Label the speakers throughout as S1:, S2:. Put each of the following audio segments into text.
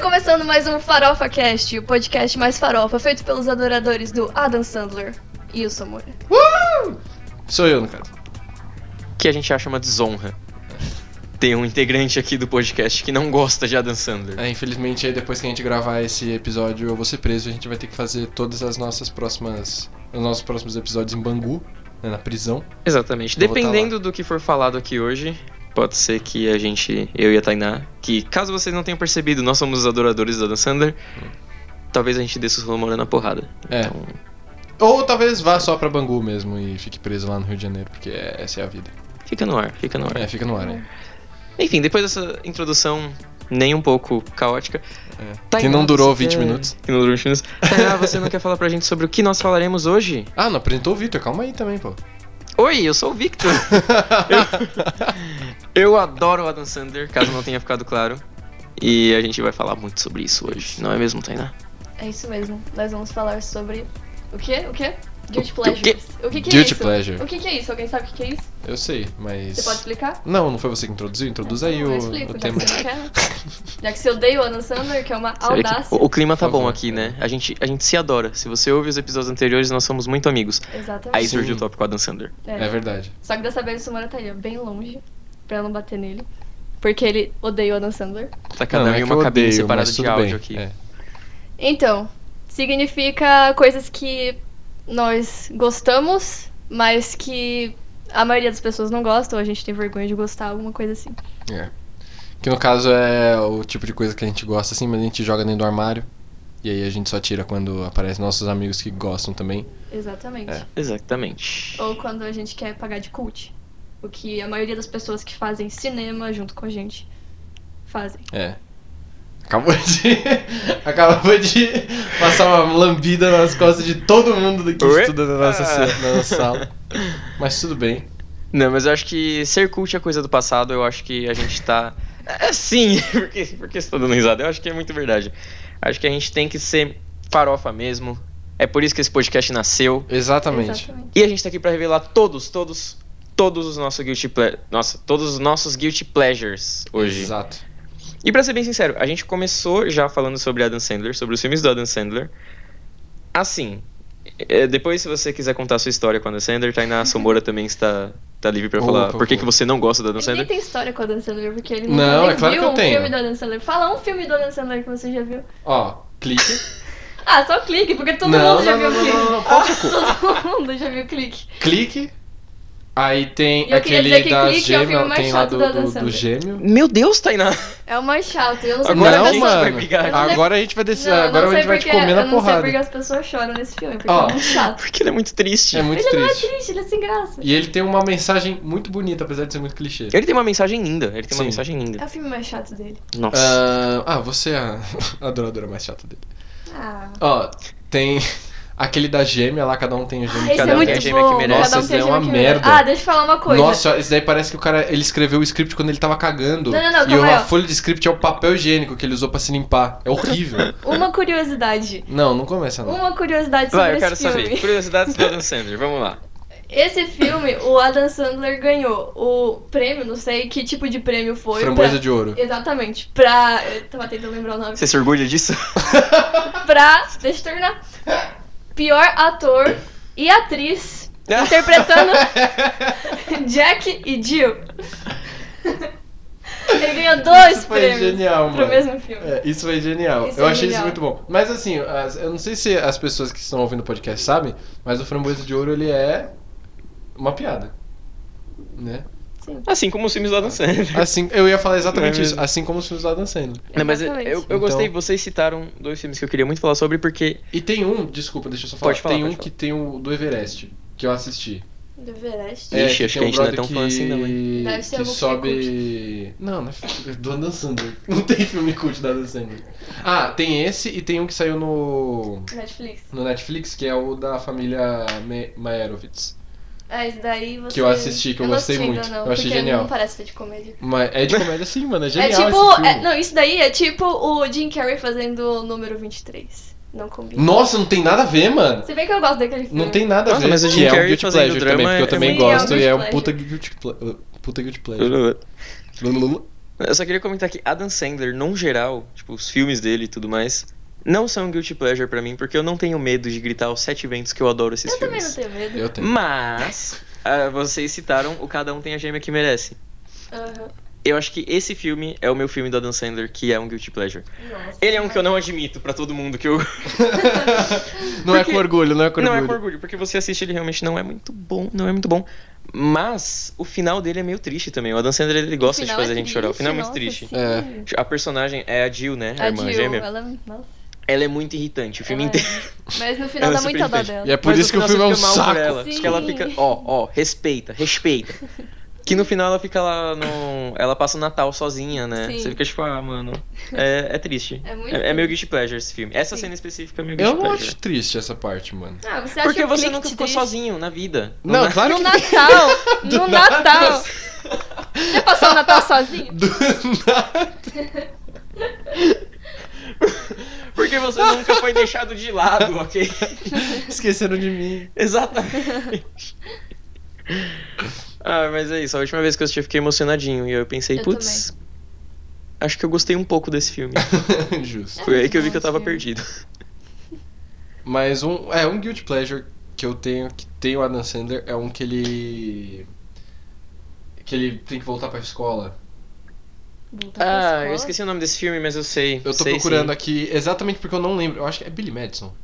S1: começando mais um Farofa Cast, o podcast mais farofa, feito pelos adoradores do Adam Sandler e o Samura.
S2: Sou eu, no caso.
S3: que a gente acha uma desonra. Ter um integrante aqui do podcast que não gosta de Adam Sandler.
S2: É, infelizmente, aí depois que a gente gravar esse episódio, eu vou ser preso. A gente vai ter que fazer todas as nossas próximas. Os nossos próximos episódios em Bangu, né, na prisão.
S3: Exatamente.
S2: Eu vou tá
S3: Dependendo do que for falado aqui hoje, pode ser que a gente, eu e a Tainá, que caso vocês não tenham percebido, nós somos os adoradores do Adam Sandler, talvez a gente dê Sussurro na porrada.
S2: É.
S3: Então,
S2: Ou talvez vá só pra Bangu mesmo e fique preso lá no Rio de Janeiro, porque é- essa é a vida.
S3: fica no ar, fica no ar.
S2: É, fica no ar, hein?
S3: Enfim, depois dessa introdução nem um pouco caótica, Tá
S2: É. Que não durou 20 minutos.
S3: que não durou 20 minutos, Tainá, você não quer falar pra gente sobre o que nós falaremos hoje?
S2: Ah, não apresentou o Victor, calma aí também, pô.
S3: Oi, eu sou o Victor. Eu adoro o Adam Sandler, caso não tenha ficado claro. E a gente vai falar muito sobre isso hoje, não é mesmo, Tainá?
S1: É isso mesmo, nós vamos falar sobre. O quê? O quê?
S3: O
S1: Guilty
S3: quê?
S1: Pleasures. O que, que é
S2: Guilty
S1: isso?
S2: Pleasure.
S1: O que, que é isso? Alguém sabe o que, que é isso?
S2: Eu sei, mas.
S1: Você pode explicar?
S2: Não, não foi você que introduziu? Introduz aí
S1: eu
S2: o,
S1: explico,
S2: o
S1: já
S2: tema.
S1: que você não quer. Já que você odeia o Adam Sandler, que é uma
S3: Será que-
S1: audácia.
S3: O, o clima tá
S2: Por favor.
S3: bom aqui, né? A gente, a gente se adora. Se você ouve os episódios anteriores, nós somos muito amigos. Aí
S1: Exatamente.
S2: Sim.
S3: surgiu o tópico Adam Sandler.
S2: É verdade.
S1: Só que dessa vez o Samura tá ali, ó, bem longe, pra não bater nele. Porque ele odeia o Adam Sandler.
S3: Tá cada
S2: não,
S3: um
S2: é
S3: em
S2: que eu
S3: uma cabine
S2: odeio,
S3: separada
S2: mas
S3: de
S2: tudo
S3: áudio
S2: bem.
S3: aqui.
S2: É.
S1: Então, significa coisas que nós gostamos, mas que a maioria das pessoas não gosta, ou a gente tem vergonha de gostar, alguma coisa assim.
S2: É. Que no caso é o tipo de coisa que a gente gosta assim, mas a gente joga dentro do armário. E aí a gente só tira quando aparecem nossos amigos que gostam também.
S1: Exatamente.
S2: É.
S3: Exatamente.
S1: Ou quando a gente quer pagar de cult. O que a maioria das pessoas que fazem cinema junto com a gente fazem.
S2: É. Acabou de. acabou de passar uma lambida nas costas de todo mundo que
S3: Ué?
S2: estuda na nossa,
S3: Ah.
S2: na nossa sala. Mas tudo bem.
S3: Não, mas eu acho que ser cult é coisa do passado, eu acho que a gente tá. É, sim, porque, porque você tá dando risada? Eu acho que é muito verdade. Acho que a gente tem que ser farofa mesmo. É por isso que esse podcast nasceu.
S2: Exatamente.
S3: E a gente tá aqui pra revelar todos, todos, todos os nossos guilty ple... Nossa, todos os nossos guilty pleasures hoje.
S2: Exato.
S3: E pra ser bem sincero, a gente começou já falando sobre Adam Sandler, sobre os filmes do Adam Sandler. Assim, é, depois se você quiser contar a sua história com Adam Sandler, Tainá Somora também está tá livre pra
S2: Opa,
S3: falar por que,
S2: opa.
S3: que você não gosta do Adam
S1: Ele nem
S3: Sandler.
S1: tem história com o Adam Sandler, porque ele
S2: Não,
S1: nem
S2: é claro
S1: viu
S2: que eu
S1: um
S2: tenho.
S1: filme do Adam Sandler. Fala um filme do Adam Sandler que você já viu.
S2: Ó, clique.
S1: Ah, só clique, porque todo
S2: não,
S1: mundo já
S2: não, não,
S1: viu
S2: não,
S1: clique.
S2: não, não, pau no seu cu.
S1: Todo mundo já viu clique.
S2: Clique. Aí tem
S1: E eu queria dizer
S2: aquele
S1: que
S2: das
S1: Clique é o filme
S2: gêmeas.
S1: mais
S2: Tem lá
S1: chato
S2: do,
S1: do Adam
S2: do, do
S1: Sandler.
S2: gêmeo.
S3: Meu Deus, Tainá!
S1: É o mais chato. Eu não sei
S3: Agora
S1: por
S2: não,
S1: que-
S3: gente vai
S2: mano.
S3: brigar né? aqui.
S2: Agora a gente vai descer.
S1: Não, eu
S2: Agora
S1: não
S2: a
S1: sei
S2: gente vai te
S1: porque,
S2: comer
S1: eu
S2: na
S1: não sei porque
S2: porrada.
S1: as pessoas choram nesse filme, porque
S2: Ó.
S1: é muito chato.
S3: Porque ele é muito triste.
S2: É muito
S1: Ele não é
S2: triste.
S1: triste, ele é sem graça.
S2: E ele tem uma mensagem muito bonita, apesar de ser muito clichê.
S3: Ele tem uma mensagem linda, ele tem
S2: Sim.
S3: uma mensagem linda.
S1: É o filme mais chato dele.
S3: Nossa.
S2: Ah, ah, você é a adoradora mais chata dele.
S1: Ah.
S2: Ó, tem aquele da gêmea lá, cada um tem a gêmea.
S1: Ah, esse
S3: cada
S1: é
S3: um
S1: muito
S3: tem a gêmea que
S1: bom.
S3: merece.
S1: Cada um
S2: Nossa,
S1: tem a
S2: é
S1: gêmea
S2: uma
S1: que merece.
S2: merda.
S1: Ah, deixa eu falar uma coisa.
S2: Nossa, esse daí parece que o cara ele escreveu o script quando ele tava cagando.
S1: Não, não, não,
S2: e
S1: calma aí,
S2: a
S1: ó.
S2: folha de script é o papel higiênico que ele usou pra se limpar. É horrível.
S1: Uma curiosidade.
S2: não, não começa não.
S1: Uma curiosidade sobre
S3: Vai, eu quero
S1: esse filme.
S3: saber. Curiosidades do Adam Sandler, vamos lá.
S1: Esse filme, o Adam Sandler ganhou o prêmio, não sei que tipo de prêmio foi.
S2: Framboesa
S1: pra-
S2: de ouro.
S1: Exatamente. Pra. Eu tava tentando lembrar o nome.
S3: Você se orgulha disso?
S1: pra. Deixa eu terminar. Pior ator e atriz interpretando Jack e Jill. Ele ganhou dois
S2: Isso foi
S1: prêmios
S2: genial,
S1: pro
S2: mano.
S1: mesmo filme.
S2: É, isso foi genial.
S1: Isso
S2: eu
S1: é
S2: achei isso
S1: genial.
S2: muito bom. Mas assim, as- eu não sei se as pessoas que estão ouvindo o podcast sabem, mas o Framboesa de Ouro ele é uma piada. Né?
S1: Sim.
S3: Assim como os filmes do
S1: Ah.
S3: Adam Sandler.
S2: Assim, eu ia falar exatamente
S3: Não é
S2: isso,
S3: mesmo?
S2: assim como os filmes lá dançando.
S3: Não, mas eu,
S1: Exatamente.
S3: eu
S2: Então-
S3: gostei, vocês citaram dois filmes que eu queria muito falar sobre, porque.
S2: E tem um, desculpa, deixa eu só falar,
S3: Pode falar,
S2: tem um
S3: pode falar.
S2: que tem o do Everest, que eu assisti.
S1: Do Everest.
S3: Ixi, acho
S2: tem
S3: que a
S2: um
S3: gente não é
S2: brother
S3: tão fã assim, não,
S2: que-
S1: Deve ser um
S2: que
S1: algum
S2: sobe. Não, não é filme- do Adam Sandler. Não tem filme cult da Adam Sandler. Ah, tem esse e tem um que saiu no.
S1: Netflix.
S2: no Netflix, que é o da família Me- Meyerowitz.
S1: Ah, esse daí você...
S2: Que eu assisti, que eu
S1: não
S2: gostei
S1: assisti
S2: muito.
S1: Ainda, não,
S2: Eu achei
S1: porque
S2: genial.
S1: Não parece ser de comédia.
S2: Mas é de comédia sim, mano. É genial
S1: é
S2: esse
S1: tipo.
S2: filme.
S1: é- não, isso daí é tipo o Jim Carrey fazendo o número 23. Não combina.
S2: Nossa, não tem nada a ver, mano.
S1: Se bem que eu gosto daquele filme.
S2: Não tem nada a
S3: Nossa,
S2: ver.
S3: mas o Jim
S2: que é um
S3: Carrey
S2: guilty
S3: fazendo
S2: pleasure
S3: drama
S2: também, porque eu
S3: é
S2: também
S1: muito-
S2: gosto.
S1: Sim,
S2: e
S1: é
S2: é
S1: um
S2: um puta guilty, ple... puta guilty pleasure. Lululu.
S3: Eu só queria comentar que Adam Sandler, num geral, tipo, os filmes dele e tudo mais, não são um guilty pleasure pra mim, porque eu não tenho medo de gritar aos sete ventos que eu adoro esses
S1: Eu também
S3: filmes.
S1: não tenho medo.
S2: Eu tenho.
S3: Mas, ah, vocês citaram o Cada Um Tem a Gêmea que Merece.
S1: Aham.
S3: Eu acho que esse filme é o meu filme do Adam Sandler, que é um guilty pleasure.
S1: Nossa.
S3: Ele é um que eu não admito pra todo mundo, que eu...
S2: Não é
S3: Porque-
S2: com orgulho, não é com
S3: não
S2: orgulho.
S3: é com orgulho, porque você assiste ele realmente não é muito bom, não é muito bom. Mas o final dele é meio triste também. O Adam Sandler ele gosta de
S1: final
S3: fazer
S1: é
S3: a gente chorar. O
S1: triste,
S3: final é muito
S1: nossa,
S3: triste.
S1: sim.
S2: É.
S3: A personagem é a Jill, né? A,
S1: A
S3: irmã
S1: Jill,
S3: gêmea.
S1: ela... é nossa,
S3: Ela é muito irritante, o filme
S1: ela é.
S3: inteiro.
S1: Mas no final
S3: Ela
S1: dá
S3: é super
S1: muita dó
S3: irritante.
S1: dela.
S2: E é por
S3: Mas
S2: isso que
S3: no
S2: o filme é
S3: final
S2: um
S3: você fica mal por
S2: saco.
S3: Ela,
S1: Sim.
S3: que ela fica, ó, ó, respeita, respeita. que no final ela fica lá no. Ela passa o Natal sozinha, né?
S1: Sim.
S3: Você fica tipo, ah, mano. É, é triste.
S1: É muito
S3: é, é meu
S1: triste.
S3: guilty pleasure esse filme. Essa
S1: Sim.
S3: cena específica é meu guilty
S2: Eu não
S3: pleasure.
S2: acho triste essa parte, mano.
S1: Ah, você acha
S3: Porque
S1: o
S3: você
S1: clique
S3: nunca ficou
S1: triste?
S3: sozinho na vida. é?
S2: Não,
S3: na-
S2: claro
S1: No
S2: que
S1: Natal!
S2: Do
S1: no
S2: nada.
S1: Natal! Você passou o Natal sozinho?
S2: Do nada.
S3: Porque você nunca foi deixado de lado, ok?
S2: Esqueceram de mim.
S3: Exatamente. ah, mas é isso. A última vez que eu assisti, eu fiquei emocionadinho. E eu pensei,
S1: Eu
S3: putz, acho que eu gostei um pouco desse filme.
S2: Justo.
S3: Foi aí
S1: muito
S3: que eu vi
S1: bom
S3: que eu tava
S1: esse
S3: perdido.
S2: Mas um, é, um guilty pleasure que eu tenho, que tem o Adam Sandler, é um que ele. que ele tem que voltar pra escola.
S1: Voltar pra
S3: Ah, eu
S1: escola?
S3: esqueci o nome desse filme, mas eu sei.
S2: Eu tô
S3: sei,
S2: procurando
S3: sim.
S2: aqui exatamente porque eu não lembro. Eu acho que é Billy Madison.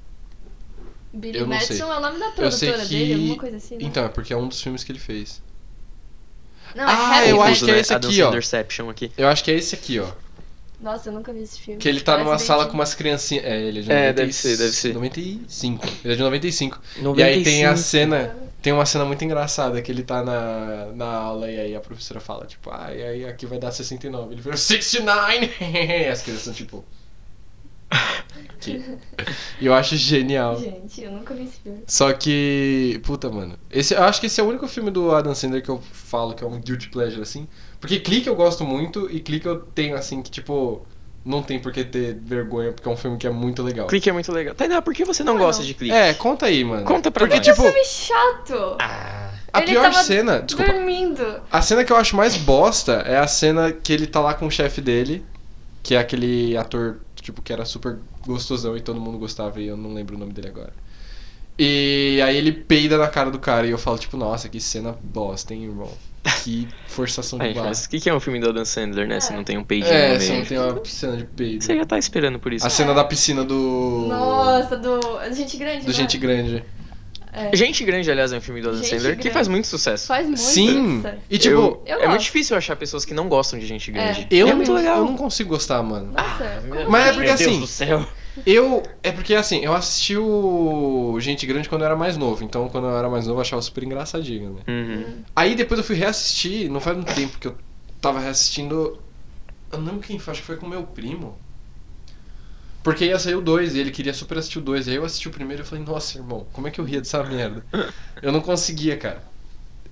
S1: Billy
S2: eu não
S1: Madison
S2: sei.
S1: é o nome da
S2: Eu sei
S1: produtora
S2: que-
S1: dele, alguma coisa assim. né?
S2: Então, é porque é um dos filmes que ele fez.
S1: Não, é
S2: Ah,
S1: Happy
S2: eu
S1: Madison.
S2: acho que é esse
S3: Adam
S2: aqui, ó.
S3: Sanderception aqui.
S2: Eu acho que é esse aqui, ó.
S1: Nossa, eu nunca vi esse filme.
S2: Que ele tá
S1: Parece
S2: numa
S1: bem tipo
S2: sala
S1: é de-
S2: com umas criancinhas. É, ele é de
S3: É,
S2: 90
S3: deve ser, deve ser.
S2: 95. Ele é de 95. E aí tem a cena. Tem uma cena muito engraçada que ele tá na, na aula e aí a professora fala, tipo, ah, e aí aqui vai dar 69. Ele virou 69! E as crianças são tipo. que? E eu acho genial.
S1: Gente, eu nunca vi esse filme.
S2: Só que. Puta, mano. Esse, eu acho que esse é o único filme do Adam Sandler que eu falo que é um guilty pleasure, assim. Porque clique eu gosto muito e clique eu tenho, assim, que tipo. Não tem por que ter vergonha, porque é um filme que é muito legal.
S3: Clique é muito legal. Tainá, por que você não,
S1: Não.
S3: gosta de clique?
S2: É, conta aí, mano.
S3: Conta pra
S2: Porque,
S3: nós.
S1: Que
S2: tipo,
S1: filme chato!
S3: Ah,
S2: a
S1: Ele
S2: pior
S1: tava
S2: cena. Desculpa.
S1: Dormindo.
S2: A cena que eu acho mais bosta é a cena que ele tá lá com o chefe dele, que é aquele ator, tipo, que era super gostosão e todo mundo gostava e eu não lembro o nome dele agora. E aí ele peida na cara do cara e eu falo, tipo, nossa, que cena bosta, hein, irmão? Que forçação de
S3: aí,
S2: barra.
S3: mas o que que é um filme do Adam Sandler, né? Se não tem um peidinho
S2: É,
S3: no
S2: você não
S3: meio.
S2: tem uma cena de peido.
S3: Você já tá esperando por isso.
S2: A cena da piscina do.
S1: Nossa, é do. Gente grande. né?
S2: Do Gente Grande.
S1: grande.
S3: Gente Grande, aliás, é um filme do Adam
S1: Gente
S3: Sandler que
S1: Grande.
S3: faz muito sucesso.
S1: Faz muito
S2: Sim!
S1: isso.
S2: E tipo,
S1: Eu
S3: é muito
S1: gosto.
S3: difícil achar pessoas que não gostam de gente grande.
S2: eu,
S3: E é muito
S2: não-
S3: legal.
S2: eu não consigo gostar, mano.
S1: Nossa, como
S2: Mas é
S1: assim?
S2: porque
S3: Meu Deus
S2: assim-
S3: do céu.
S2: Eu. É porque assim, eu assisti o Gente Grande quando eu era mais novo. Então, quando eu era mais novo, eu achava super engraçadinho, né?
S3: Uhum.
S1: Hum.
S2: Aí depois eu fui reassistir, não faz muito tempo que eu tava reassistindo. Eu não lembro quem foi, acho que foi com meu primo. Porque ia sair o 2 e ele queria super assistir o 2. E aí eu assisti o primeiro e eu falei, nossa, irmão, como é que eu ria dessa merda? Eu não conseguia, cara.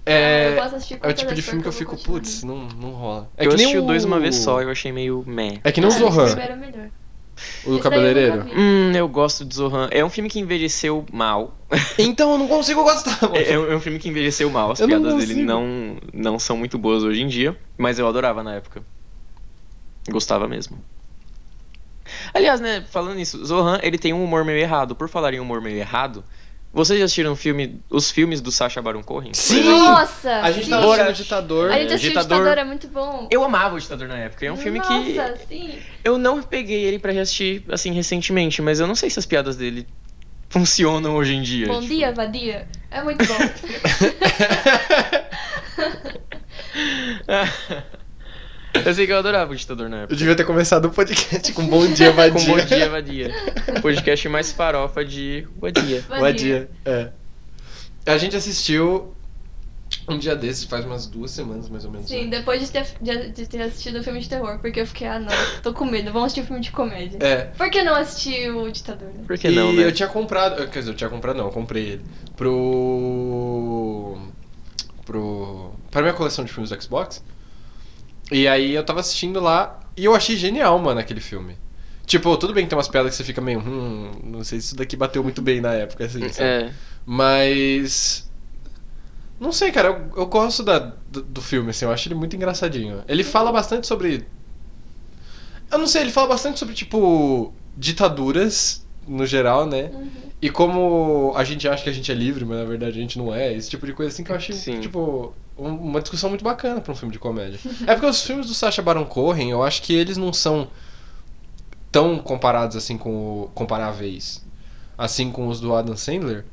S1: Eu
S2: É.
S1: posso assistir com
S2: É o tipo
S1: toda
S2: de
S1: a
S2: filme que eu
S1: força,
S2: fico,
S1: vou continuar.
S2: putz, não, não rola. É
S3: eu
S2: que nem
S3: assisti o dois uma vez só e eu achei meio meh.
S2: É que nem o
S1: Ah, esse
S2: Zohan,
S1: primeiro é melhor.
S2: o do
S1: Esse daí eu nunca
S2: cabeleireiro.
S1: vi.
S3: Hum, eu gosto de Zohan. É um filme que envelheceu mal.
S2: Então eu não consigo gostar, mano.
S3: É, é um é um filme que envelheceu mal. As
S2: então- Eu não
S3: piadas dele
S2: consigo.
S3: não, não são muito boas hoje em dia, mas eu adorava na época. Gostava mesmo. Aliás, né, falando nisso, Zohan, ele tem um humor meio errado. Por falar em humor meio errado, vocês já assistiram o filme, os filmes do Sacha Baron Cohen?
S2: Sim!
S1: Nossa!
S2: A gente
S1: sim.
S2: tava assistindo o ditador.
S1: A gente assistiu o
S3: Ditador.
S1: Ditador, é muito bom.
S3: Eu amava o Ditador na época. É um filme que
S1: Nossa, sim.
S3: eu não peguei ele pra reassistir assim recentemente, mas eu não sei se as piadas dele funcionam hoje em dia.
S1: Bom
S3: tipo.
S1: dia, vadia. É muito bom.
S3: eu sei que eu adorava o Ditador na época.
S2: Eu devia ter começado o podcast com bom dia, vadia.
S3: Com Bom Dia Vadia. O podcast mais farofa de Vadia.
S2: Vadia, é. A gente assistiu um dia desses, faz umas duas semanas mais ou menos.
S1: Sim,
S2: né?
S1: depois de ter, de- de ter assistido o filme de terror, porque eu fiquei, ah não, tô com medo, vamos assistir um filme de comédia.
S2: É.
S1: Por que não assistir o Ditador? Né?
S3: Por que
S2: e
S3: não, né?
S2: eu tinha comprado, quer dizer, eu tinha comprado não, eu comprei ele pro pro pra minha coleção de filmes do Xbox. E aí eu tava assistindo lá e eu achei genial, mano, aquele filme. Tipo, tudo bem que tem umas piadas que você fica meio, hum, não sei se isso daqui bateu muito bem na época assim, sabe?
S3: É.
S2: Mas. Não sei, cara, eu, eu gosto da, do, do filme, assim, eu acho ele muito engraçadinho. Ele fala bastante sobre. Eu não sei, ele fala bastante sobre, tipo, ditaduras, no geral, né? E como a gente acha que a gente é livre, mas na verdade a gente não é, esse tipo de coisa assim que eu acho,
S3: Sim.
S2: tipo, um- uma discussão muito bacana pra um filme de comédia. é porque os filmes do Sacha Baron Cohen, eu acho que eles não são tão comparados assim com o, comparáveis assim com os do Adam Sandler,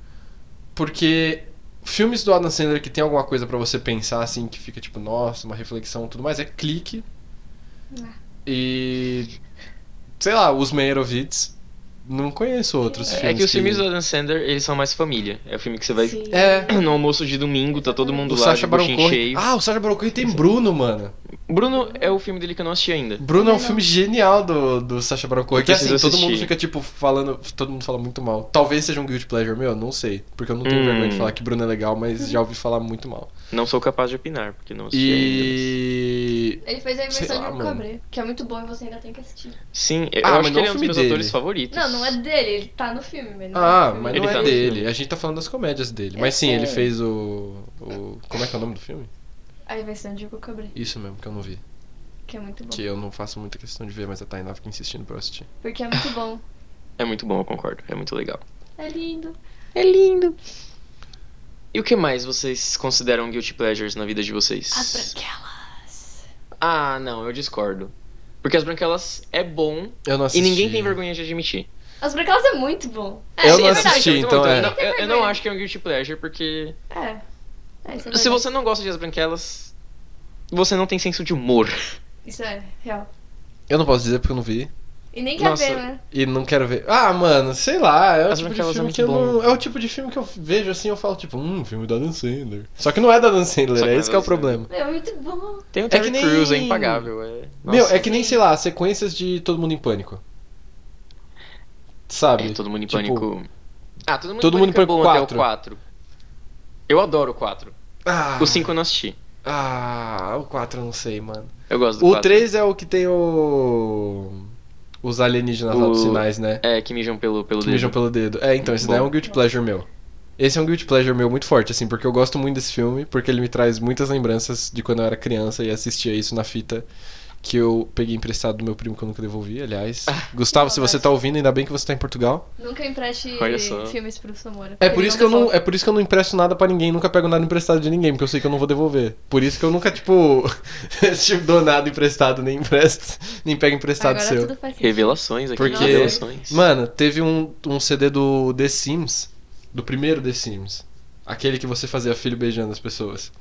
S2: porque filmes do Adam Sandler que tem alguma coisa pra você pensar assim que fica tipo, nossa, uma reflexão, e tudo mais, é clique. E sei lá, os Meyerowitz não conheço outros
S3: É
S2: filmes.
S3: que os filmes do Adam Sandler, eles são mais família. É o filme que você vai
S1: Sim.
S2: É,
S3: no almoço de domingo, tá todo mundo
S2: o
S3: lá,
S2: Sacha
S3: de
S2: Baron
S3: buchinho
S2: Cohen.
S3: cheio.
S2: Ah, o Sacha Baron Cohen tem Bruno, mano.
S3: Bruno é o filme dele que eu não assisti ainda.
S2: Bruno é um
S1: Não.
S2: filme genial do, do Sacha Baron Cohen. Que assim,
S3: preciso
S2: todo mundo
S3: assistir.
S2: fica tipo falando. Todo mundo fala muito mal. Talvez seja um guilty pleasure meu, não sei. Porque eu não tenho
S3: Hum.
S2: vergonha de falar que Bruno é legal, mas já ouvi falar muito mal.
S3: Não sou capaz de opinar, porque não assisti ainda.
S2: E.
S1: Ele fez a
S2: Sei
S1: inversão
S2: lá,
S1: de um
S2: mano.
S1: cabré, que é muito bom e você ainda tem que assistir.
S3: mas- Sim, eu
S2: Ah, mas
S3: acho que
S2: não
S3: ele
S2: é um
S3: é um dos
S2: filme
S3: meus
S2: dele.
S3: atores favoritos.
S1: Não, não é dele, ele tá no filme, mas não é
S2: Ah,
S1: do filme.
S2: mas
S3: Ele
S2: não
S3: tá
S2: é
S3: no
S2: dele.
S3: filme.
S2: A gente tá falando das comédias dele.
S1: É,
S2: Mas sim, ele
S3: é.
S2: fez o, o. Como é que é o nome do filme?
S1: A inversão de um cabré,
S2: Isso mesmo, que eu não vi.
S1: que é muito bom.
S2: Que eu não faço muita questão de ver, mas a Tainá fica insistindo pra eu assistir.
S1: Porque é muito bom.
S3: É muito bom, eu concordo. É muito legal.
S1: É lindo.
S3: É lindo. E o que mais vocês consideram guilty pleasures na vida de vocês?
S1: As branquelas.
S3: Ah, não, eu discordo. Porque as branquelas é bom
S2: Eu não assisti.
S3: e ninguém tem vergonha de admitir.
S1: As branquelas é muito bom. É,
S2: Eu
S1: sim,
S2: não
S1: é verdade.
S2: assisti,
S3: muito
S2: então
S3: bom,
S2: é.
S3: Eu, não- eu- eu não
S1: Vergonha.
S3: acho que é um guilty pleasure, porque
S1: É. É, isso é
S3: se
S1: verdade.
S3: você não gosta de as branquelas, você não tem senso de humor.
S1: Isso é real.
S2: Eu não posso dizer porque eu não vi.
S1: E nem quer
S3: Nossa.
S1: ver, né?
S2: E não quero ver. Ah, mano, sei lá. É o, tipo
S3: As
S2: de
S3: Branquelas é
S2: filme
S3: muito
S2: que eu
S3: bom.
S2: não. É o tipo de filme que eu vejo assim eu falo, tipo, hum, filme da Dan Sandler. Só que não é da Dan Sandler,
S3: Só que
S2: é
S3: não é
S2: esse que é o
S3: Dan Sandler.
S2: problema.
S1: É muito bom.
S3: Tem o
S2: que
S3: Terry
S2: nem-
S3: Crews, é impagável. É...
S2: Meu,
S3: Nossa.
S2: é que nem, sei lá, sequências de Todo Mundo em Pânico. Sabe?
S3: É, todo mundo em
S2: Tipo,
S3: pânico. Ah, todo mundo,
S2: Todo
S3: em
S2: Mundo em
S3: pânico é
S2: Pânico
S3: bom até o
S2: quatro.
S3: 4. Eu adoro o 4.
S2: Ah,
S3: O 5 eu não assisti.
S2: Ah, o 4 eu não sei, mano.
S3: Eu gosto do
S2: O
S3: 4.
S2: 3 é o que tem o. Os alienígenas lá
S3: O-
S2: dos sinais, né?
S3: É, que mijam pelo, pelo
S2: Que
S3: dedo.
S2: mijam pelo dedo. É, então, esse
S3: Bom.
S2: daí é um guilty pleasure meu. Esse é um guilty pleasure meu muito forte, assim, porque eu gosto muito desse filme, porque ele me traz muitas lembranças de quando eu era criança e assistia isso na fita que eu peguei emprestado do meu primo que eu nunca devolvi, aliás. Gustavo, se você tá ouvindo, ainda bem que você tá em Portugal.
S1: Nunca empreste
S3: Olha só.
S1: filmes pro Samora. porque
S2: É por
S1: ele
S2: isso que eu não,
S1: devolve.
S2: é por isso que eu não empresto nada pra ninguém, nunca pego nada emprestado de ninguém, porque eu sei que eu não vou devolver. Por isso que eu nunca tipo, tipo dou nada emprestado, nem empresto, nem pego emprestado
S1: Agora
S2: seu.
S1: tudo faz sentido.
S3: Revelações aqui.
S2: Porque-
S3: Revelações.
S2: Mano, teve um, um CD do The Sims, do primeiro The Sims. Aquele que você fazia filho beijando as pessoas.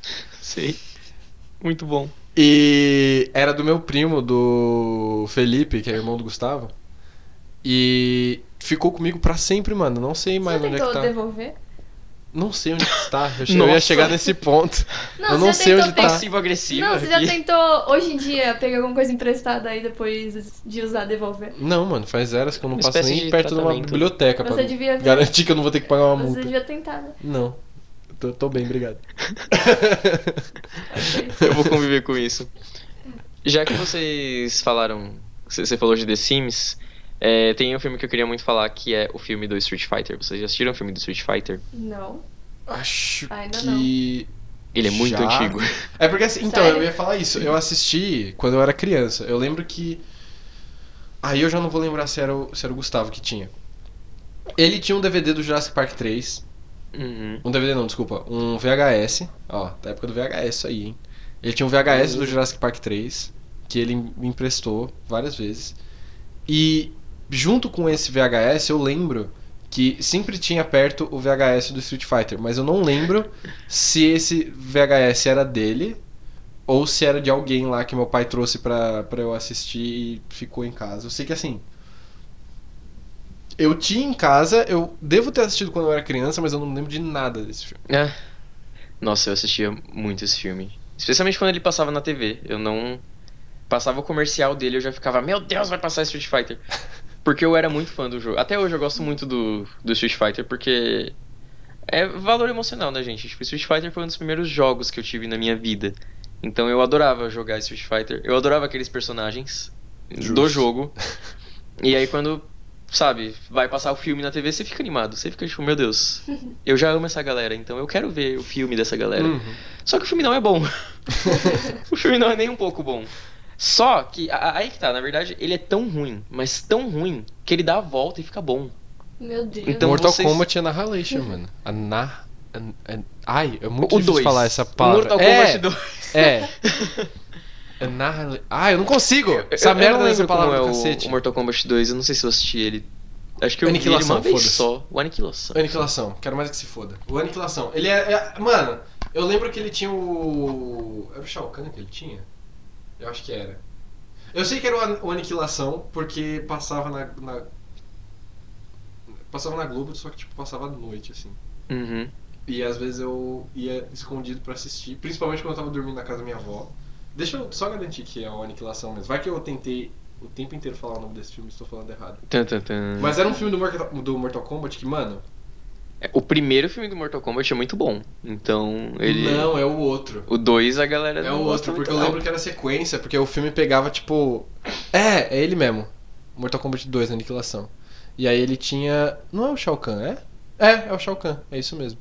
S3: Sei. Muito bom.
S2: E era do meu primo, do Felipe, que é irmão do Gustavo. E ficou comigo pra sempre, mano. Não sei mais
S1: Você
S2: onde é
S1: tentou
S2: que tá.
S1: devolver?
S2: Não sei onde é que está. Eu, che- eu
S3: Nossa.
S2: ia chegar nesse ponto.
S1: Não,
S2: Eu
S1: você
S2: não
S1: já
S2: sei
S1: tentou
S2: onde tá.
S1: pegar-
S3: Passivo-agressivo.
S1: Não, você já
S3: aqui.
S1: tentou hoje em dia pegar alguma coisa emprestada aí depois de usar devolver?
S2: Não, mano, faz eras que eu não
S3: Uma
S2: passo
S3: espécie
S2: nem
S3: de
S2: perto de uma
S3: tratamento.
S2: biblioteca
S1: Você
S2: pra
S1: devia ver.
S2: garantir que eu não vou ter que pagar uma
S1: Você
S2: multa.
S1: devia tentar, né?
S2: Não. Eu Tô, tô bem, obrigado.
S3: Eu vou conviver com isso. Já que vocês falaram, você você falou de The Sims, é, tem um filme que eu queria muito falar que é o filme do Street Fighter. Vocês já assistiram o filme do Street Fighter?
S1: Não.
S2: Acho
S1: Ah, Ainda não.
S2: que.
S3: Ele é muito
S2: Já?
S3: antigo.
S2: É porque assim, então,
S1: Sério?
S2: eu ia falar isso. Eu assisti quando eu era criança. Eu lembro que. Aí eu já não vou lembrar se era o, se era o Gustavo que tinha. Ele tinha um DVD do Jurassic Park 3.
S3: Uhum.
S2: Um DVD não, desculpa. Um VHS. Ó, da época do VHS isso aí, hein? Ele tinha um VHS do Jurassic Park 3, que ele me emprestou várias vezes. E junto com esse VHS eu lembro que sempre tinha perto o VHS do Street Fighter, mas eu não lembro se esse VHS era dele ou se era de alguém lá que meu pai trouxe pra, pra eu assistir e ficou em casa. Eu sei que assim. Eu tinha em casa, eu devo ter assistido quando eu era criança, mas eu não lembro de nada desse filme.
S3: É. Nossa, eu assistia muito esse filme. Especialmente quando ele passava na TV. Eu não. Passava o comercial dele, eu já ficava, meu Deus, vai passar Street Fighter. Porque eu era muito fã do jogo. Até hoje eu gosto muito do, do Street Fighter, porque. É valor emocional, né, gente? Tipo, Street Fighter foi um dos primeiros jogos que eu tive na minha vida. Então eu adorava jogar Street Fighter. Eu adorava aqueles personagens
S2: Justo.
S3: do jogo. E aí quando sabe, vai passar o filme na TV, você fica animado. Você fica tipo, meu Deus, eu já amo essa galera, então eu quero ver o filme dessa galera.
S2: Uhum.
S3: Só que o filme não é bom. o filme não é nem um pouco bom. Só que, a- a- aí que tá, na verdade, ele é tão ruim, mas tão ruim, que ele dá a volta e fica bom.
S1: Meu Deus.
S3: Então-
S2: Mortal
S3: vocês-
S2: Kombat é narralation, mano. A na... a- a- Ai, é muito
S3: o
S2: difícil
S3: 2.
S2: falar essa palavra.
S3: Mortal
S2: é,
S3: Kombat 2.
S2: É. É narra- Ah, eu não consigo! Essa
S3: eu, eu
S2: merda
S3: não
S2: dessa
S3: lembro como
S2: palavra
S3: é
S2: do
S3: o,
S2: cacete.
S3: o Mortal Kombat 2, eu não sei se eu assisti ele. Acho que eu vi ele uma
S2: Aniquilação,
S3: vez
S2: foda-se.
S3: só. O Aniquilação.
S2: Aniquilação, quero mais que se foda. O Aniquilação, ele é, é- Mano, eu lembro que ele tinha o. Era o Shao Kahn que ele tinha? Eu acho que era. Eu sei que era o, An- o Aniquilação, porque passava na, na- Passava na Globo, só que tipo, passava à noite, assim.
S3: Uhum.
S2: E às vezes eu ia escondido pra assistir, principalmente quando eu tava dormindo na casa da minha avó. Deixa eu só garantir que é o Aniquilação mesmo. Vai que eu tentei o tempo inteiro falar o nome desse filme e estou falando errado.
S3: Tan, tan, tan.
S2: Mas era um filme do Mortal, do Mortal Kombat que, mano.
S3: É, O primeiro filme do Mortal Kombat é muito bom. Então, ele.
S2: Não, é o outro.
S3: O 2 a galera.
S2: É
S3: não
S2: o
S3: gosta
S2: outro, porque eu
S3: muito,
S2: lembro que era sequência, porque o filme pegava, tipo. É, é ele mesmo. Mortal Kombat 2, Aniquilação. E aí ele tinha. Não é o Shao Kahn, é? É, é o Shao Kahn, é isso mesmo.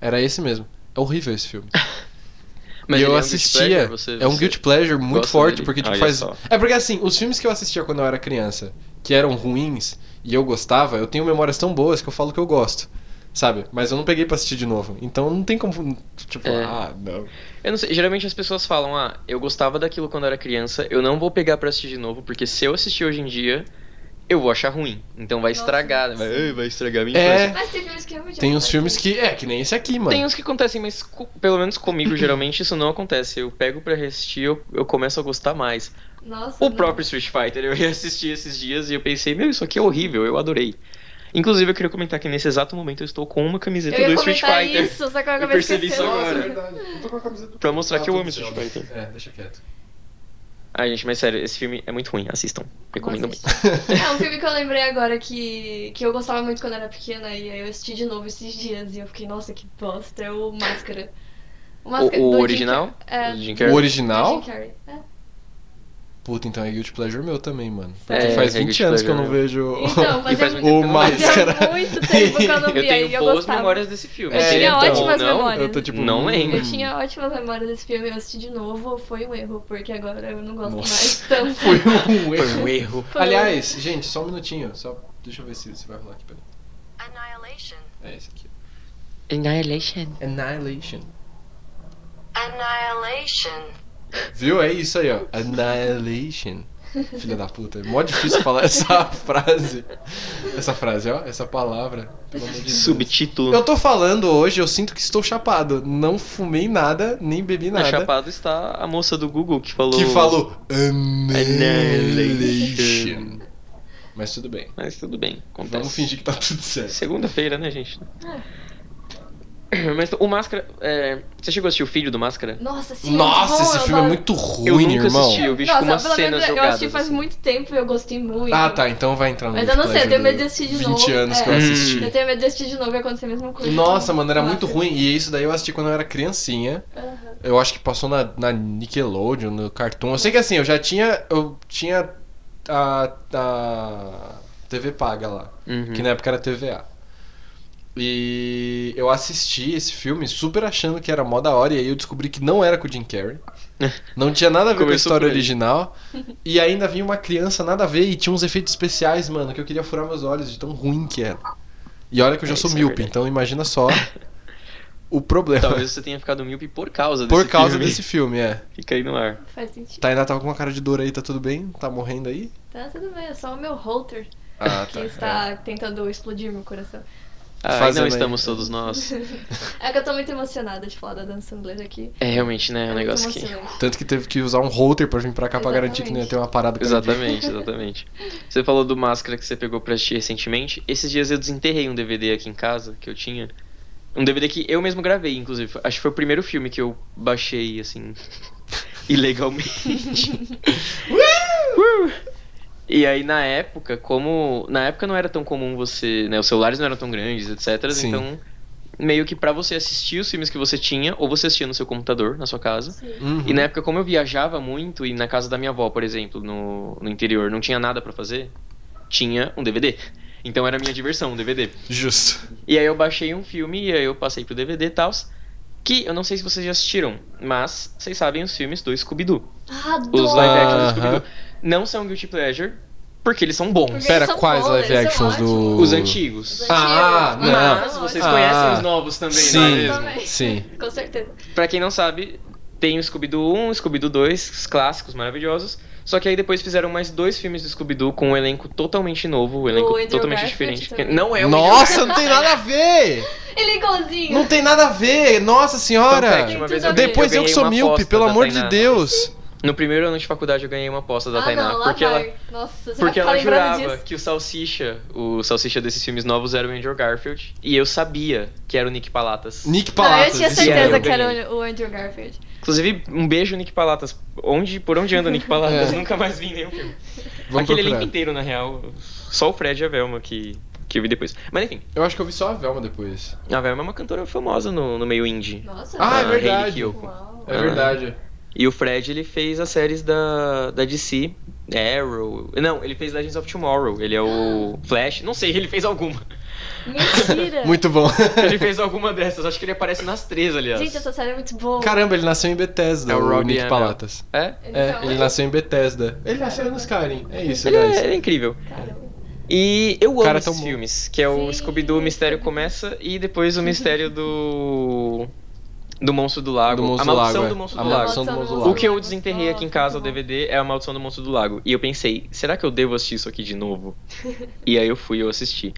S2: Era esse mesmo. É horrível esse filme.
S3: não.
S2: e eu
S3: ele é um guilty
S2: assistia.
S3: pleasure, você-
S2: é um
S3: você-
S2: guilty pleasure muito
S3: gosta
S2: forte,
S3: dele?
S2: porque tipo,
S3: Olha
S2: faz.
S3: só.
S2: É porque assim, os filmes que eu assistia quando eu era criança, que eram ruins e eu gostava, eu tenho memórias tão boas que eu falo que eu gosto. Sabe? Mas eu não peguei pra assistir de novo. Então não tem como. Tipo,
S3: É.
S2: ah, não.
S3: Eu não sei, geralmente as pessoas falam, ah, eu gostava daquilo quando eu era criança, eu não vou pegar pra assistir de novo, porque se eu assistir hoje em dia, eu vou achar ruim. Então vai
S1: Nossa,
S3: estragar,
S1: sim.
S3: vai, "Ai, vai estragar a minha
S2: É.
S3: infância."
S1: Mas tem filmes que realmente
S2: Tem uns
S1: acontecem.
S2: filmes que. É, que nem esse aqui, mano.
S3: Tem uns que acontecem, mas co- pelo menos comigo, geralmente isso não acontece. Eu pego pra assistir, eu, eu começo a gostar mais.
S1: Nossa,
S3: O
S1: não.
S3: próprio Street Fighter, eu ia assistir esses dias e eu pensei, meu, isso aqui é horrível, eu adorei. Inclusive, eu queria comentar que nesse exato momento eu estou com uma
S1: Eu
S3: camiseta
S1: ia
S3: do Street
S1: comentar
S3: Fighter.
S1: isso, só que eu
S3: Eu
S1: acabei
S3: percebi isso
S1: esquecendo.
S3: agora.
S2: verdade. Eu tô com a camiseta do-
S3: Pra mostrar
S2: Ah,
S3: que eu
S2: tudo
S3: amo Street
S2: bem.
S3: Fighter.
S2: É, deixa quieto.
S3: Ai, gente, mas sério, esse filme é muito ruim, assistam. Recomendo muito.
S1: É um filme que eu lembrei agora que, que eu gostava muito quando era pequena e aí eu assisti de novo esses dias e eu fiquei, nossa, que bosta, é o Máscara. Máscara
S3: O- o
S1: do Jim
S3: original?
S1: Car- É,
S3: Do Jim
S2: O
S3: Carrey.
S1: do
S2: original?
S1: Jim Carrey. É.
S2: Puta, então é Guilty Pleasure meu também, mano. Porque
S3: É,
S2: faz
S3: é
S2: 20
S3: Guilty
S2: anos que eu não
S3: Pleasure
S2: vejo.
S1: Então, mas
S3: E faz
S1: é muito,
S3: muito
S2: o
S3: tempo.
S1: mas
S2: Máscara.
S1: é muito tempo que eu não
S3: Eu
S1: vi aí,
S3: tenho
S1: eu
S3: boas
S1: gostava.
S3: memórias desse filme.
S1: Eu
S2: É,
S1: tinha
S2: então,
S1: ótimas
S3: ou não,
S1: memórias.
S2: Eu tô tipo.
S3: Não
S2: hum,
S3: lembro.
S1: Eu tinha ótimas memórias desse filme, eu assisti de novo, foi um erro, porque agora eu não gosto
S2: Nossa.
S1: mais tanto.
S2: Foi um
S3: Foi um
S2: erro.
S3: erro.
S1: Foi um-
S2: Aliás, gente, só um minutinho. Só... Deixa eu ver se, se vai rolar aqui, peraí.
S4: Annihilation.
S2: É esse aqui.
S3: Annihilation.
S2: Annihilation.
S4: Annihilation.
S2: Viu? É isso aí, ó. Annihilation. Filha da puta. É mó difícil falar essa frase. Essa frase, ó. Essa palavra. Pelo amor de Deus.
S3: Subtítulo.
S2: Eu tô falando hoje, eu sinto que estou chapado. Não fumei nada, nem bebi
S3: Na
S2: nada.
S3: é Chapado está a moça do Google que falou.
S2: Que falou
S3: Annihilation.
S2: Annihilation. Mas tudo bem.
S3: Mas tudo bem, acontece.
S2: Vamos fingir que tá tudo certo.
S3: Segunda-feira, né, gente? Mas o Máscara. é, Você chegou a assistir o filho do Máscara?
S1: Nossa, sim,
S2: Nossa,
S1: bom,
S2: esse
S1: eu
S2: filme é
S1: adoro.
S2: muito ruim,
S3: Eu nunca
S2: irmão.
S3: assisti, eu vi tipo
S1: Nossa,
S3: umas
S1: pelo menos
S3: cenas
S1: eu
S3: jogadas.
S1: assisti faz
S3: assim.
S1: muito tempo e eu gostei muito.
S2: Ah, tá. Então vai entrar no
S1: Mas eu não
S2: Guilty
S1: sei, eu tenho medo
S2: Pleasure
S1: de assistir de
S2: 20
S1: novo.
S2: anos que eu
S1: É.
S2: assisti.
S1: Eu tenho medo de assistir de novo e acontecer a mesma coisa.
S2: Uhum. Nossa, mano, era
S1: Nossa.
S2: muito ruim. E isso daí eu assisti quando eu era criancinha.
S1: Aham.
S2: Eu acho que passou na, na Nickelodeon, no Cartoon. Eu sei que assim, eu já tinha. Eu tinha a, a TV paga lá.
S3: Uhum.
S2: Que na época era TVA. E eu assisti esse filme super achando que era mó da hora. E aí eu descobri que não era com o Jim Carrey. Não tinha nada a ver com a
S3: Começou
S2: história
S3: por aí.
S2: original. E ainda vinha uma criança nada a ver e tinha uns efeitos especiais, mano, que eu queria furar meus olhos de tão ruim que era. E olha que eu já
S3: É,
S2: sou
S3: isso é
S2: míope,
S3: verdade.
S2: então imagina só o problema.
S3: Talvez você tenha ficado míope por causa desse
S2: Por causa
S3: filme.
S2: desse filme, é.
S3: Fica aí no ar.
S1: Faz sentido.
S2: Tainá tava com uma cara de dor aí, tá tudo bem? Tá morrendo aí?
S1: Tá, tudo bem, é só o meu holter
S2: Ah,
S3: tá.
S1: que está tentando explodir meu coração.
S3: Ah, e
S2: Fazendo
S3: não
S2: aí.
S3: estamos todos nós.
S1: É que eu tô muito emocionada de falar da dança inglesa aqui.
S3: É realmente,
S1: É
S3: né? um
S1: muito
S3: negócio que.
S1: emocionante.
S2: Tanto que teve que usar um holter pra vir pra cá pra garantir que não ia ter uma parada. com a
S3: Exatamente, exatamente. Você falou do Máscara que você pegou pra assistir recentemente. Esses dias eu desenterrei um DVD aqui em casa que eu tinha. Um DVD que eu mesmo gravei, inclusive. Acho que foi o primeiro filme que eu baixei, assim, ilegalmente. Uh! E aí, na época, como. Na época não era tão comum você. Né, os celulares não eram tão grandes, etc.
S2: Sim.
S3: Então, meio que pra você assistir os filmes que você tinha, ou você assistia no seu computador, na sua casa,
S2: Uhum.
S3: e na época, como eu viajava muito, e na casa da minha avó, por exemplo, no, no interior, não tinha nada pra fazer, tinha um DVD. Então era a minha diversão, um DVD.
S2: Justo.
S3: E aí eu baixei um filme e aí eu passei pro DVD e tal. Que eu não sei se vocês já assistiram, mas vocês sabem os filmes do Scooby-Doo. Os
S1: Adoro!
S3: live actions
S2: Aham.
S3: do Scooby-Doo não são Guilty Pleasure, porque eles são bons.
S1: Porque- Eles
S2: Pera,
S1: são
S2: quais
S1: bons,
S2: live
S1: eles são
S2: actions do.
S1: ótimos.
S3: Os antigos.
S1: Os
S2: Ah,
S1: antigos.
S2: não.
S3: Mas vocês
S2: Ah.
S3: conhecem os novos também, não é
S2: Sim,
S3: mesmo?
S1: Também.
S2: sim.
S1: Com certeza.
S3: Pra quem não sabe, tem o Scooby-Doo 1, Scooby-Doo 2, os clássicos maravilhosos. Só que aí depois fizeram mais dois filmes do Scooby-Doo com um elenco totalmente novo, um elenco
S1: Andrew
S3: totalmente
S1: Garfield
S3: diferente.
S1: também.
S3: Não é o
S2: Nossa, não tem nada a ver!
S1: Ele é igualzinho.
S2: Não tem nada a ver! Nossa senhora!
S1: Tem
S3: tá, uma
S1: tudo
S3: vez
S1: a
S3: eu
S1: ver.
S2: Depois eu que
S3: ganhei
S2: sou
S3: uma
S2: míope,
S3: aposta
S2: pelo
S3: da
S2: amor de
S3: Tainá.
S2: Deus!
S3: No primeiro ano de faculdade eu ganhei uma aposta da
S1: ah,
S3: Tainá,
S1: não, lá
S3: porque
S1: vai.
S3: ela
S1: Nossa, você
S3: porque
S1: vai ficar
S3: ela
S1: lembrando
S3: jurava
S1: disso.
S3: que o Salsicha, o Salsicha desses filmes novos era o Andrew Garfield, e eu sabia que era o Nick Palatas.
S2: Nick
S1: Não, eu
S2: Palatas.
S1: tinha
S2: isso
S1: certeza
S2: é.
S1: que era o o Andrew Garfield.
S3: Inclusive, um beijo Nick Palatas. Onde, por onde anda o Nick Palatas?
S2: É.
S3: Nunca mais vi em nenhum filme.
S2: Vamos
S3: Aquele
S2: procurar.
S3: elenco inteiro, na real. Só o Fred e a Velma que, que eu vi depois. Mas enfim,
S2: Eu acho que eu vi só a Velma depois.
S3: a Velma é uma cantora famosa no, no meio indie.
S1: Nossa.
S2: Ah, é
S3: A Hayley
S2: verdade.
S3: Kiyoko.
S1: Uau.
S2: É verdade.
S3: E o Fred, ele fez as séries da, da DC, Arrow. Não, ele fez Legends of Tomorrow. Ele é o Flash. Não sei, ele fez alguma.
S1: Mentira.
S2: Muito bom.
S3: Ele fez alguma dessas. Acho que ele aparece nas três, aliás.
S1: Gente, essa série é muito boa.
S2: Caramba, ele nasceu em Bethesda,
S3: É o
S2: o,
S3: Robbie
S2: Nick
S3: Amell.
S2: Palatas.
S3: É?
S2: É, ele nasceu em Bethesda. Ele nasceu no Skyrim. É isso,
S3: Ele
S2: guys.
S3: é, ele é incrível. E eu amo
S2: Cara,
S3: esses
S2: tão bom.
S3: filmes, que é o
S1: Sim,
S3: Scooby-Doo, o mistério
S1: Scooby-Doo.
S3: começa e depois o mistério do do Monstro do Lago,
S2: Do Monstro
S3: a
S2: do
S3: maldição
S2: Lago, é.
S3: do Monstro
S2: A
S3: do Lago.
S2: Maldição do Monstro do
S3: O
S2: Lago.
S3: que eu desenterrei aqui em casa, o
S1: Nossa,
S3: DVD, é a Maldição do Monstro do Lago. E eu pensei, será que eu devo assistir isso aqui de novo? e aí eu fui, eu assisti.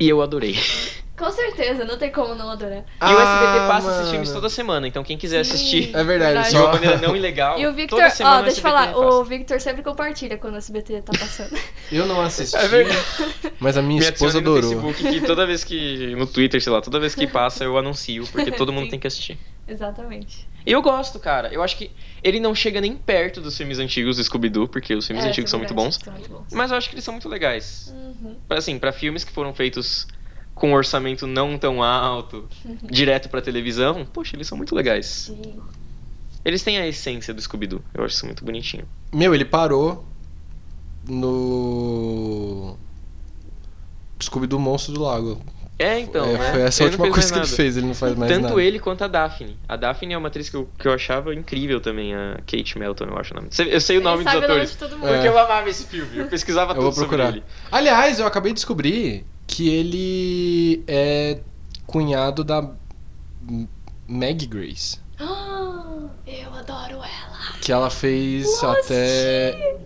S3: E eu adorei.
S1: Com certeza, não tem como não adorar.
S3: e o
S2: Ah,
S3: SBT passa esses
S2: mano.
S3: filmes toda semana, então quem quiser
S1: Sim.
S3: assistir
S2: É verdade,
S1: Verdade.
S3: de uma
S2: só.
S3: maneira não ilegal,
S1: E o Victor,
S3: toda semana
S1: ó, deixa eu
S3: o SBT
S1: falar,
S3: repassa.
S1: o Victor sempre compartilha quando o SBT tá passando.
S2: Eu não assisti,
S3: É verdade.
S2: mas a minha
S3: Me
S2: esposa
S3: adicione
S2: adorou.
S3: No Facebook, que toda vez que. No Twitter, sei lá, toda vez que passa eu anuncio, porque todo mundo
S1: Sim.
S3: tem que assistir.
S1: Exatamente.
S3: E eu gosto, cara. Eu acho que ele não chega nem perto dos filmes antigos do Scooby-Doo, porque os filmes
S1: É,
S3: antigos são
S1: essa
S3: muito
S1: é
S3: bons.
S1: verdade, São muito bons.
S3: Mas eu acho que eles são muito legais.
S1: Uhum.
S3: Pra, Assim, pra filmes que foram feitos com um orçamento não tão alto, direto pra televisão, poxa, eles são muito legais.
S1: Uhum. Sim.
S3: Eles têm a essência do Scooby-Doo. Eu acho isso muito bonitinho.
S2: Meu, ele parou no. Scooby do Monstro do Lago.
S3: É, então.
S2: É,
S3: né?
S2: foi essa a
S3: Ele não
S2: última coisa que ele
S3: mais nada.
S2: fez, ele não faz mais
S3: Tanto
S2: nada.
S3: ele quanto a Daphne. A Daphne é uma atriz que eu, que eu achava incrível também, a Kate Melton, eu acho o nome. Eu sei o nome
S1: Ele
S3: dos
S1: sabe o nome
S3: atores.
S1: de todo mundo.
S2: É.
S3: Porque eu amava esse filme, eu pesquisava
S2: Eu
S3: tudo
S2: vou procurar.
S3: sobre ele.
S2: Aliás, eu acabei de descobrir que ele é cunhado da M- Maggie Grace.
S1: Ah, eu adoro ela.
S2: Que ela fez
S1: Lost!
S2: até.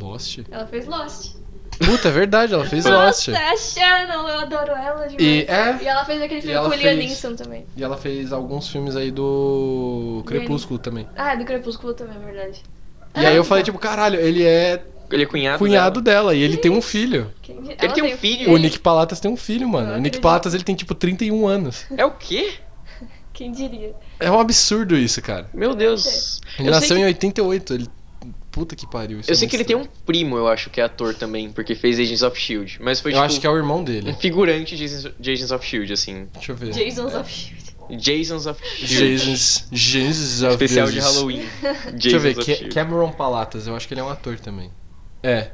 S2: Lost?
S1: Ela fez Lost.
S2: Puta, é verdade, ela fez Lost.
S1: Nossa, é a Shannon, eu adoro ela demais.
S2: E, é,
S1: E ela fez aquele filme
S2: ela
S1: com o Liam
S2: fez-
S1: Neeson também.
S2: e ela fez alguns filmes aí do Crepúsculo também.
S1: Ah, é do Crepúsculo também, é verdade. Ah,
S2: E
S1: então.
S2: aí eu falei, tipo, caralho, ele é
S3: Ele é cunhado.
S2: cunhado
S3: dela.
S2: dela e ele tem um filho.
S3: Ele tem um filho?
S2: O Nick Palatas tem um filho, mano.
S1: Eu
S2: O Nick
S1: acredito.
S2: Palatas ele tem tipo 31 anos.
S3: É o quê?
S1: Quem diria?
S2: É um absurdo isso, cara.
S3: Meu Deus.
S2: Ele
S3: Eu
S2: nasceu
S3: sei
S2: em
S3: que,
S2: 88. Ele... Puta que pariu. Isso
S3: eu
S2: é
S3: sei
S2: muito
S3: que ele tem
S2: estranho.
S3: um primo, eu acho, que é ator também, porque fez Agents of Shield. Mas foi
S2: Eu
S3: tipo
S2: acho que é o irmão dele.
S3: um figurante de Agents- de Agents of Shield, assim.
S2: Deixa eu ver.
S1: Jason of Shield.
S3: Jasons of Shield.
S2: Jesus. Jesus of
S3: Especial de
S2: Jesus.
S3: Halloween.
S2: Deixa eu ver. é-
S3: Jasons of
S2: Ca-
S3: Shield.
S2: Cameron Palatas. Eu acho que ele é um ator também. É.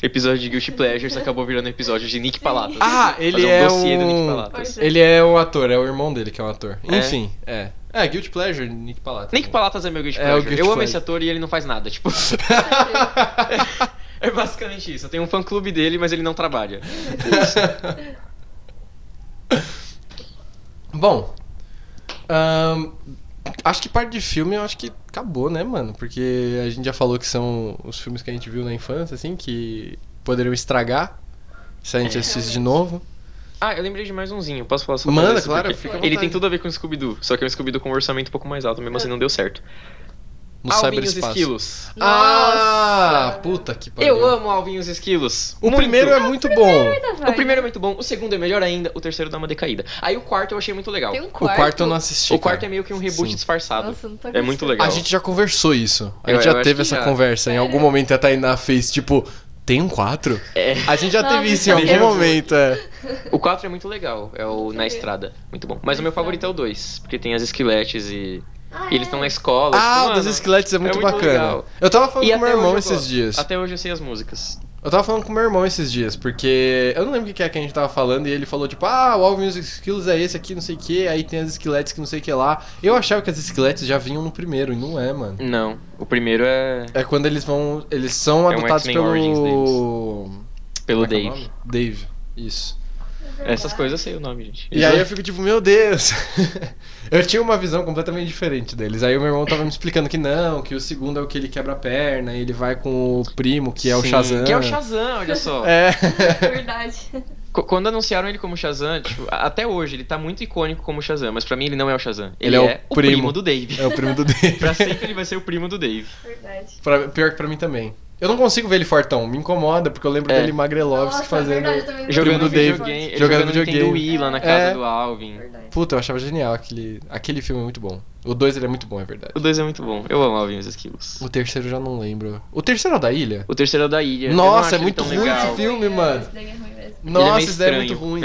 S3: Episódio de Guilty Pleasures acabou virando episódio de Nick Palatas.
S2: Ah, ele
S3: Fazer um
S2: é
S3: dossiê do Nick
S2: um.
S3: Palatas.
S2: Ele é um ator. É o irmão dele que é um ator.
S3: É?
S2: Enfim, é. É, Guilty Pleasure, Nick Palatas.
S3: Nick Palatas é meu Guilty
S2: É, o
S3: Pleasure.
S2: guilty
S3: eu amo
S2: pleasure.
S3: esse ator e ele não faz nada, tipo. é basicamente isso. Eu tenho um fã clube dele, mas ele não trabalha.
S2: Bom, ahn, acho que parte de filme eu acho que acabou, né, mano? Porque a gente já falou que são os filmes que a gente viu na infância, assim, que poderiam estragar se a
S3: É,
S2: gente assistisse de novo.
S3: Ah, eu lembrei de mais umzinho. Posso falar só
S2: Manda,
S3: mais esse?
S2: claro,
S3: Porque
S2: fica à
S3: Ele
S2: vontade.
S3: tem tudo a ver com o Scooby-Doo, só que é um Scooby-Doo com um orçamento um pouco mais alto, mesmo assim não deu certo.
S2: No
S3: Alvinhos
S2: cyberespaço.
S3: Esquilos.
S2: Ah,
S1: Nossa.
S2: puta que pariu.
S3: Eu amo Alvinhos Esquilos.
S2: O
S3: Muito.
S2: primeiro é muito bom.
S1: Ainda vai,
S3: O primeiro
S1: né?
S3: é muito bom, o segundo é melhor ainda, o terceiro dá uma decaída. Aí o quarto eu achei muito legal.
S1: Tem um
S2: O
S1: quarto.
S2: quarto eu não assisti.
S3: O quarto
S2: cara.
S3: é meio que um reboot
S2: Sim.
S3: disfarçado.
S1: Nossa, não tô
S3: é muito
S1: acreditando.
S3: legal.
S2: A gente já conversou isso. A
S3: Eu-
S2: gente
S3: eu
S2: já
S3: acho
S2: teve
S3: que
S2: essa
S3: já.
S2: conversa. Em algum momento tá a Tainá fez tipo, tem um 4?
S3: É.
S2: A gente já
S1: Nossa,
S2: teve isso em algum
S3: Deus.
S2: momento, é.
S3: O 4 é muito legal, é
S1: Deixa
S3: o
S1: eu
S3: Na
S1: ver.
S3: Estrada. Muito bom. Mas
S1: Na
S3: o meu favorito é o 2, porque tem as esqueletes e.
S1: Ah,
S3: e eles
S1: é?
S3: estão na escola.
S2: Ah,
S3: tipo,
S2: o dos
S3: mano,
S2: esqueletos é muito
S3: muito
S2: bacana.
S3: legal.
S2: Eu tava falando
S3: E
S2: com
S3: até
S2: meu
S3: hoje
S2: irmão
S3: eu
S2: esses
S3: gosto.
S2: dias.
S3: Até hoje eu sei as músicas.
S2: Eu tava falando com meu irmão esses dias, porque eu não lembro o que que é que a gente tava falando, e ele falou, tipo, ah, o All Music Skills é esse aqui, não sei o que, aí tem as esqueletes que não sei o que lá. Eu achava que as esqueletes já vinham no primeiro, e não é, mano.
S3: Não, o primeiro é
S2: É quando eles vão. Eles são
S3: É um
S2: adotados
S3: X-Men Origins
S2: pelo.
S3: pelo
S2: Como é que é o
S3: Dave.
S2: nome? Dave, isso.
S3: É Essas coisas eu sei o nome, gente.
S2: E aí eu fico tipo, meu Deus! eu tinha uma visão completamente diferente deles. Aí o meu irmão tava me explicando que não, que o segundo é o que ele quebra a perna, e ele vai com o primo, que é o
S3: Sim,
S2: Shazam.
S3: Que é o Shazam, olha só.
S2: É.
S1: Verdade.
S3: Qu- Quando anunciaram ele como Shazam, tipo, a- até hoje ele tá muito icônico como Shazam, mas pra mim ele não é o Shazam.
S2: Ele
S3: Ele,
S2: é o
S3: é, o primo,
S2: primo
S3: do Dave.
S2: É o primo do Dave.
S3: pra sempre ele vai ser o primo do Dave.
S1: é Verdade.
S2: Pra- pior que pra mim também. Eu não consigo ver ele fortão, me incomoda, porque eu lembro
S3: É.
S2: dele Magrelovski fazendo.
S1: verdade, eu também
S3: Jogando
S2: do Dave.
S3: videogame, ele
S2: Jogando
S3: jogando Nintendo
S2: videogame.
S3: Wii lá na casa
S2: É.
S3: do Alvin.
S2: Puta, eu achava genial aquele. Aquele filme é muito bom. O 2 ele é muito bom, é verdade.
S3: O 2 é muito bom. Eu amo Alvin e os esquilos.
S2: O terceiro eu já não lembro. O terceiro é o da ilha?
S3: O terceiro é o da ilha. Eu não acho
S2: Nossa, é
S3: ele
S2: muito
S3: tão
S2: ruim
S3: legal.
S2: esse filme, mano.
S1: Esse daí é ruim mesmo.
S2: Nossa,
S3: meio
S2: isso daí é muito
S3: estranho.
S2: ruim.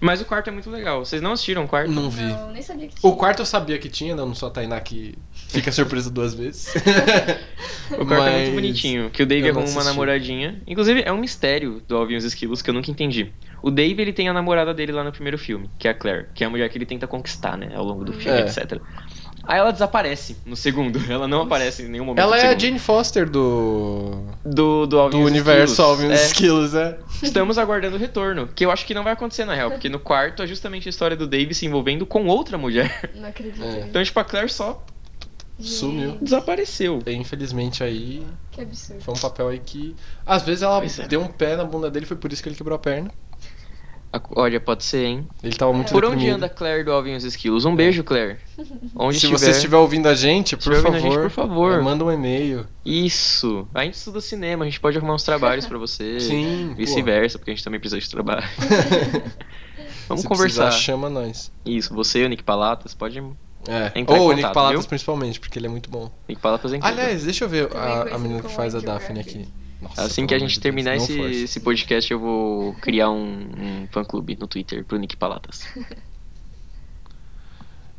S3: Mas o quarto é muito legal. Vocês não assistiram o quarto?
S2: não vi.
S1: Não, nem sabia que tinha.
S2: O quarto eu sabia que tinha, não sou a Tainá que fica surpresa duas vezes.
S3: O quarto é muito bonitinho, que o Dave
S2: eu não
S3: arruma uma
S2: assisti.
S3: namoradinha. Inclusive, é um mistério do Alvin e os Esquilos que eu nunca entendi. O Dave, ele tem a namorada dele lá no primeiro filme, que é a Claire, que é a mulher que ele tenta conquistar, né, ao longo do filme,
S2: É.
S3: etc. Aí ela desaparece no segundo, ela não aparece em nenhum momento
S2: Ela
S3: do
S2: é a
S3: segundo.
S2: Jane Foster do.
S3: do, do Alvin
S2: Do
S3: e os
S2: universo
S3: Esquilos.
S2: Alvin os
S3: É.
S2: Esquilos, né?
S3: Estamos aguardando o retorno, que eu acho que não vai acontecer na real, porque no quarto é justamente a história do Dave se envolvendo com outra mulher.
S1: Não acredito.
S2: É.
S1: nisso.
S3: Então, tipo, a Claire só
S2: Sumiu.
S3: desapareceu.
S2: Infelizmente aí
S1: Que absurdo.
S2: Foi um papel aí que. Às vezes ela
S3: Pois é.
S2: deu um pé na bunda dele, foi por isso que ele quebrou a perna.
S3: A- Olha, pode ser, hein?
S2: Ele tava muito
S3: É. Por onde
S2: deprimido.
S3: anda a Claire do Alvin e os Esquilos? Um beijo, Claire. Onde
S2: Se
S3: estiver.
S2: você estiver ouvindo a gente, por
S3: estiver
S2: favor,
S3: ouvindo a gente, por favor. É
S2: manda um e-mail.
S3: Isso. A gente estuda cinema, a gente pode arrumar uns trabalhos pra você.
S2: Sim,
S3: É. Vice-versa, porque a gente também precisa de trabalho. Vamos
S2: Se
S3: conversar.
S2: precisar, chama nós.
S3: Isso, você, o Nick Palatas, pode.
S2: É.
S3: Entrar em
S2: Ou o
S3: contato,
S2: Nick Palatas,
S3: viu?
S2: principalmente, porque ele é muito bom.
S3: Nick Palatas é incrível.
S2: Aliás, deixa eu ver
S1: Também
S2: a, a
S1: conhecido
S2: menina que
S1: como
S2: faz a
S1: Andrew
S2: Daphne
S1: Garfield.
S2: aqui. Nossa,
S3: assim
S2: pelo
S3: que a
S2: amor
S3: gente
S2: de Deus,
S3: terminar
S2: não
S3: esse,
S2: force.
S3: esse podcast, eu vou criar um, um fã-clube no Twitter pro Nick Palatas.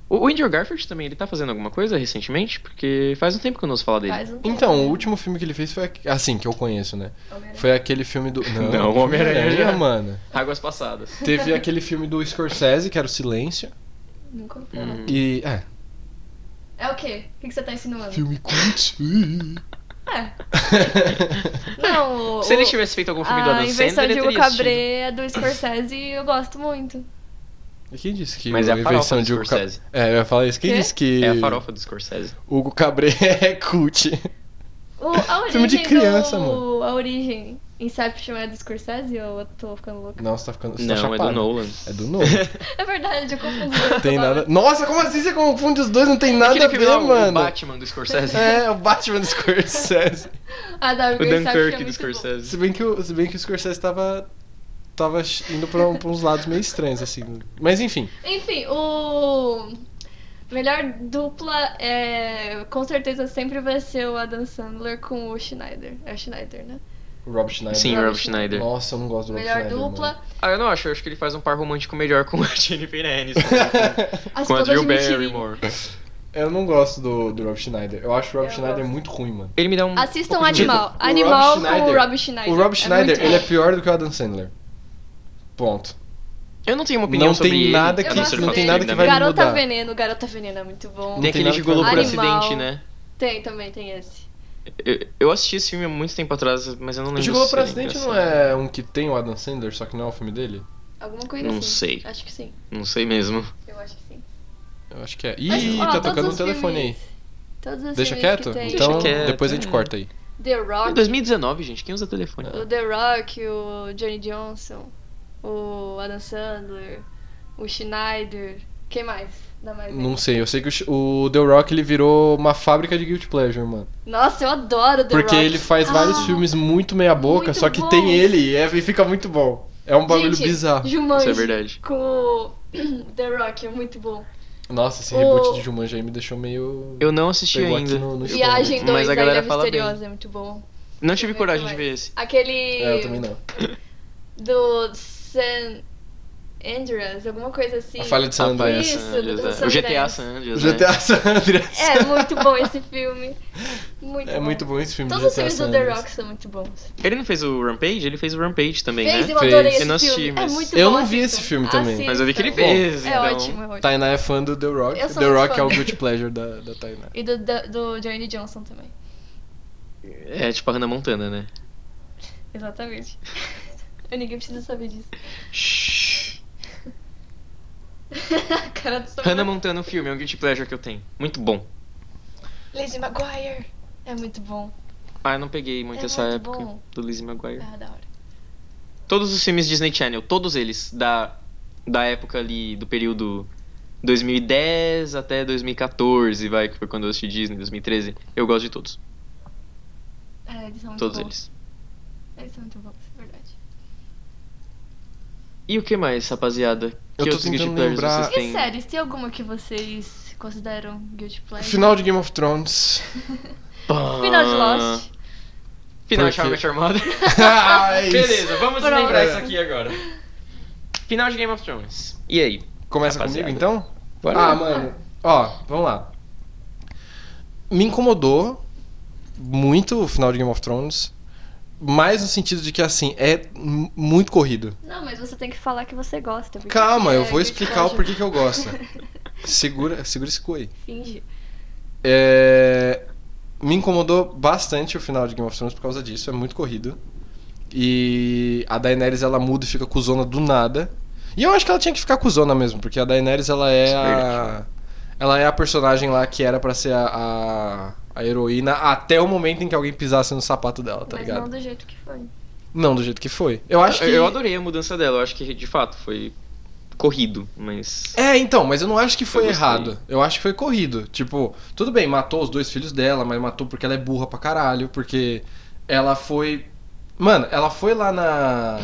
S3: o, o Andrew Garfield também, ele tá fazendo alguma coisa recentemente? Porque faz um tempo que eu não ouço falar dele.
S1: Faz um
S2: Então, o último filme que ele fez foi. aqu- Assim, que eu conheço, né?
S1: Homem-Aranha.
S2: Foi aquele filme do. Não,
S3: Não, Homem-Aranha já.
S2: mano.
S3: Águas Passadas.
S2: Teve aquele filme do Scorsese, que era o Silêncio.
S1: Nunca ouvi falar.
S3: Hum.
S2: E. É,
S1: É o quê? O que que você tá insinuando?
S2: filme cult.
S1: É. Não, o...
S3: Se ele tivesse feito algum filme do
S1: a
S3: Adam
S1: invenção
S3: Sandler,
S1: de
S3: ele
S1: Hugo
S3: teria assistido.
S1: Cabré é do Scorsese e eu gosto muito.
S2: E quem disse que
S3: Mas é a
S2: o
S3: farofa
S2: invenção
S3: do
S2: de Hugo Cab-
S3: Scorsese.
S2: É, eu ia falar isso. Quem
S1: Quê?
S2: disse que
S3: É a farofa do Scorsese.
S2: Hugo Cabré é cult?
S1: O, a origem
S2: Filme de criança,
S1: do...
S2: mano.
S1: A origem Inception é do Scorsese ou eu tô ficando louca?
S2: Nossa, tá ficando. você tá
S3: Não, é do
S2: chapado.
S3: Nolan.
S2: É do Nolan.
S1: É verdade, eu confundi.
S2: Tem nada. Nossa, como assim você confunde os dois? Não tem
S3: Aquele
S2: nada a
S3: filme
S2: ver,
S3: lá, O
S2: mano.
S3: Batman do Scorsese.
S2: É, o Batman do Scorsese.
S1: Ah, dá,
S3: O
S1: porque Inception é
S3: Dunkirk
S1: muito
S3: do Scorsese.
S2: se, bem que o, se bem que o Scorsese tava. Tava indo pra, um- pra uns lados meio estranhos, assim. Mas enfim.
S1: bom. Enfim, o... Melhor dupla é... Com certeza sempre vai ser o Adam Sandler com o Schneider. É o Schneider, né?
S2: o Rob Schneider.
S3: Sim,
S1: Rob
S3: Rob Schneider.
S2: Nossa, eu não gosto do Rob
S1: Melhor
S2: Schneider.
S1: dupla...
S2: mano.
S3: Ah, eu não acho. Eu acho que ele faz um par romântico melhor com a Jennifer Aniston.
S1: As
S3: com a
S1: todas
S3: Drew
S1: de mentirinha.
S3: Barrymore.
S2: Eu não gosto do, do Rob Schneider. Eu acho o Rob
S1: Eu
S2: Schneider
S1: gosto.
S2: muito ruim, mano.
S3: Ele me dá um.
S1: Assistam
S3: pouco de medo.
S1: Animal.
S2: Rob
S1: Animal com o Rob
S2: Schneider-
S1: Schneider.
S2: O Rob Schneider,
S1: muito
S2: ele é
S1: bom.
S2: pior do que o Adam Sandler. Ponto.
S3: Eu não tenho uma opinião
S2: Não
S3: sobre
S2: tem
S3: ele.
S2: nada
S1: Eu
S2: que-
S3: a não
S1: gosto
S3: ser
S2: não
S3: uma
S2: tem
S1: dele. né?
S2: nada que vai me
S3: opinião.
S1: Garota
S2: mudar.
S1: Veneno, Garota Veneno é muito bom.
S2: Não
S3: Tem
S2: tem
S3: aquele
S2: nada que
S3: gigolô
S2: vai
S3: por
S1: mudar. Animal.
S3: acidente, né?
S1: Tem também, tem esse.
S3: Eu, eu assisti esse filme há muito tempo atrás, mas eu não
S2: O
S3: lembro.
S2: Gigolô
S3: se
S2: por
S3: ele
S2: Acidente não
S3: engraçado.
S2: é um que tem o Adam Sandler, só que não é o filme dele?
S1: Alguma coisa
S3: Não
S1: assim.
S3: sei.
S1: Acho que sim.
S2: é.
S3: Não sei mesmo.
S1: Eu acho que sim.
S2: Eu acho que é.
S1: Mas,
S2: Ih,
S1: ó,
S2: tá
S1: todos
S2: tocando
S1: os
S2: o telefone aí.
S1: filmes- Todos os
S2: Deixa
S1: filmes
S2: quieto?
S1: Que tem.
S2: Então
S3: Deixa quieto,
S2: depois a gente
S3: é.
S2: corta aí.
S1: The
S3: Em
S1: Rock,
S3: 2019, gente, quem usa telefone?
S1: o The Rock, o Johnny Johnson, o Adam Sandler, o Schneider. Quem mais? Dá mais aí.
S2: Não sei, eu sei que o Ch- o The Rock ele virou uma fábrica de guilty pleasure, mano.
S1: Nossa, eu adoro o The
S2: Porque
S1: Rock.
S2: ele faz vários
S1: Ah,
S2: filmes muito meia boca,
S1: muito
S2: só que
S1: bom.
S2: tem ele e é- e fica muito bom. É um bagulho
S1: gente,
S2: bizarro.
S1: Jumanji
S3: Isso é verdade.
S1: Com o The Rock, é muito bom.
S2: Nossa, esse
S1: o-
S2: reboot de Jumanji aí me deixou meio...
S3: Eu não assisti
S2: Pegou aqui
S3: ainda.
S2: no- no Muito
S1: Viagem
S3: bom.
S1: 2
S3: Mas a
S1: da
S3: galera
S1: Ilha
S3: fala bem.
S1: Misteriosa, é muito bom.
S3: Não tive
S1: Muito
S3: coragem de
S1: mais.
S3: ver esse.
S1: é. Aquele
S2: É, eu também não.
S1: do San Andreas, alguma coisa assim.
S2: A falha de San
S3: Ah, pai,
S2: Andreas.
S1: Isso,
S3: San Andreas,
S1: do
S3: né?
S1: San
S3: O GTA
S1: Andreas.
S3: San
S2: O
S3: Andreas. né?
S2: GTA San Andreas.
S1: É muito bom esse filme. Muito
S2: É
S1: bom.
S2: muito bom esse filme.
S1: Todos os
S2: GTA
S1: filmes do
S2: San
S1: The
S2: Andreas.
S1: Rock são muito bons.
S3: Ele não fez o Rampage? Ele fez o Rampage também,
S1: Fez,
S3: né?
S1: eu adorei
S2: Fez.
S1: esse
S3: Eu não assisti,
S1: filme.
S3: mas-
S1: É muito
S2: Eu
S1: bom
S2: não vi esse filme também.
S3: Mas eu vi que ele
S1: Assistam.
S3: fez,
S1: É
S3: então.
S1: ótimo, é ótimo.
S2: Tainá é fã do The Rock.
S1: Eu sou
S2: The
S1: muito
S2: Rock
S1: fã.
S2: é o good pleasure da, da Tainá.
S1: E do, do, do Johnny Johnson também.
S3: É tipo a Hannah Montana, né?
S1: Exatamente. Ninguém precisa saber disso.
S3: Shhh.
S1: A cara do
S3: Hannah Montana, o filme, é um guilty pleasure que eu tenho. Muito bom.
S1: Lizzie McGuire. É muito bom.
S3: Ah, eu não peguei muito
S1: É
S3: essa
S1: muito
S3: época
S1: bom.
S3: do Lizzie McGuire.
S1: Ah, da hora.
S3: Todos os filmes Disney Channel, todos eles, da, da época ali, do período 2010 até 2014, vai, que foi quando eu assisti Disney, 2013. Eu gosto de todos,
S1: É, eles são muito
S3: todos
S1: bons.
S3: eles.
S1: Eles são muito bons, é verdade.
S3: E o que mais, rapaziada?
S2: Eu
S3: que
S2: tô
S3: outros guilty
S2: tentando
S3: pleasures
S2: lembrar-
S3: vocês
S1: E
S3: têm?
S1: séries, tem alguma que vocês consideram Guilty Pleasure?
S2: Final de Game of Thrones.
S3: Pá.
S1: Final de Lost.
S3: Final de
S2: Por
S3: How I
S2: quê?
S3: Met Your Mother.
S2: Ah, é isso.
S3: Beleza, vamos
S1: Pronto.
S3: lembrar isso aqui agora. Final de Game of Thrones. E aí?
S2: Começa
S3: Rapaziada.
S2: comigo então?
S3: Bora
S2: ah,
S3: lá.
S2: mano. Ó, vamos lá. Me incomodou muito o final de Game of Thrones. Mas no sentido de que, assim, é m- muito corrido.
S1: Não, mas você tem que falar que você gosta. porque
S2: Calma,
S1: é
S2: eu vou
S1: Guilty
S2: explicar o
S1: Pleasure.
S2: porquê que eu gosto. Segura, segura esse cu aí.
S1: Finge.
S2: É, Me incomodou bastante o final de Game of Thrones por causa disso, é muito corrido. E a Daenerys ela muda e fica cuzona do nada. E eu acho que ela tinha que ficar cuzona mesmo, porque a Daenerys ela é
S3: Isso é
S2: a
S3: verdade.
S2: ela é a personagem lá que era pra ser a, a, a heroína até o momento em que alguém pisasse no sapato dela, tá
S1: mas
S2: ligado?
S1: não do jeito que foi.
S2: Não do jeito que foi. Eu acho que
S3: Eu adorei a mudança dela, eu acho que de fato foi corrido, mas.
S2: É, então, mas eu não acho que foi
S3: Eu gostei.
S2: errado. Eu acho que foi corrido. Tipo, tudo bem, matou os dois filhos dela, mas matou porque ela é burra pra caralho, porque ela foi. Mano, ela foi lá na.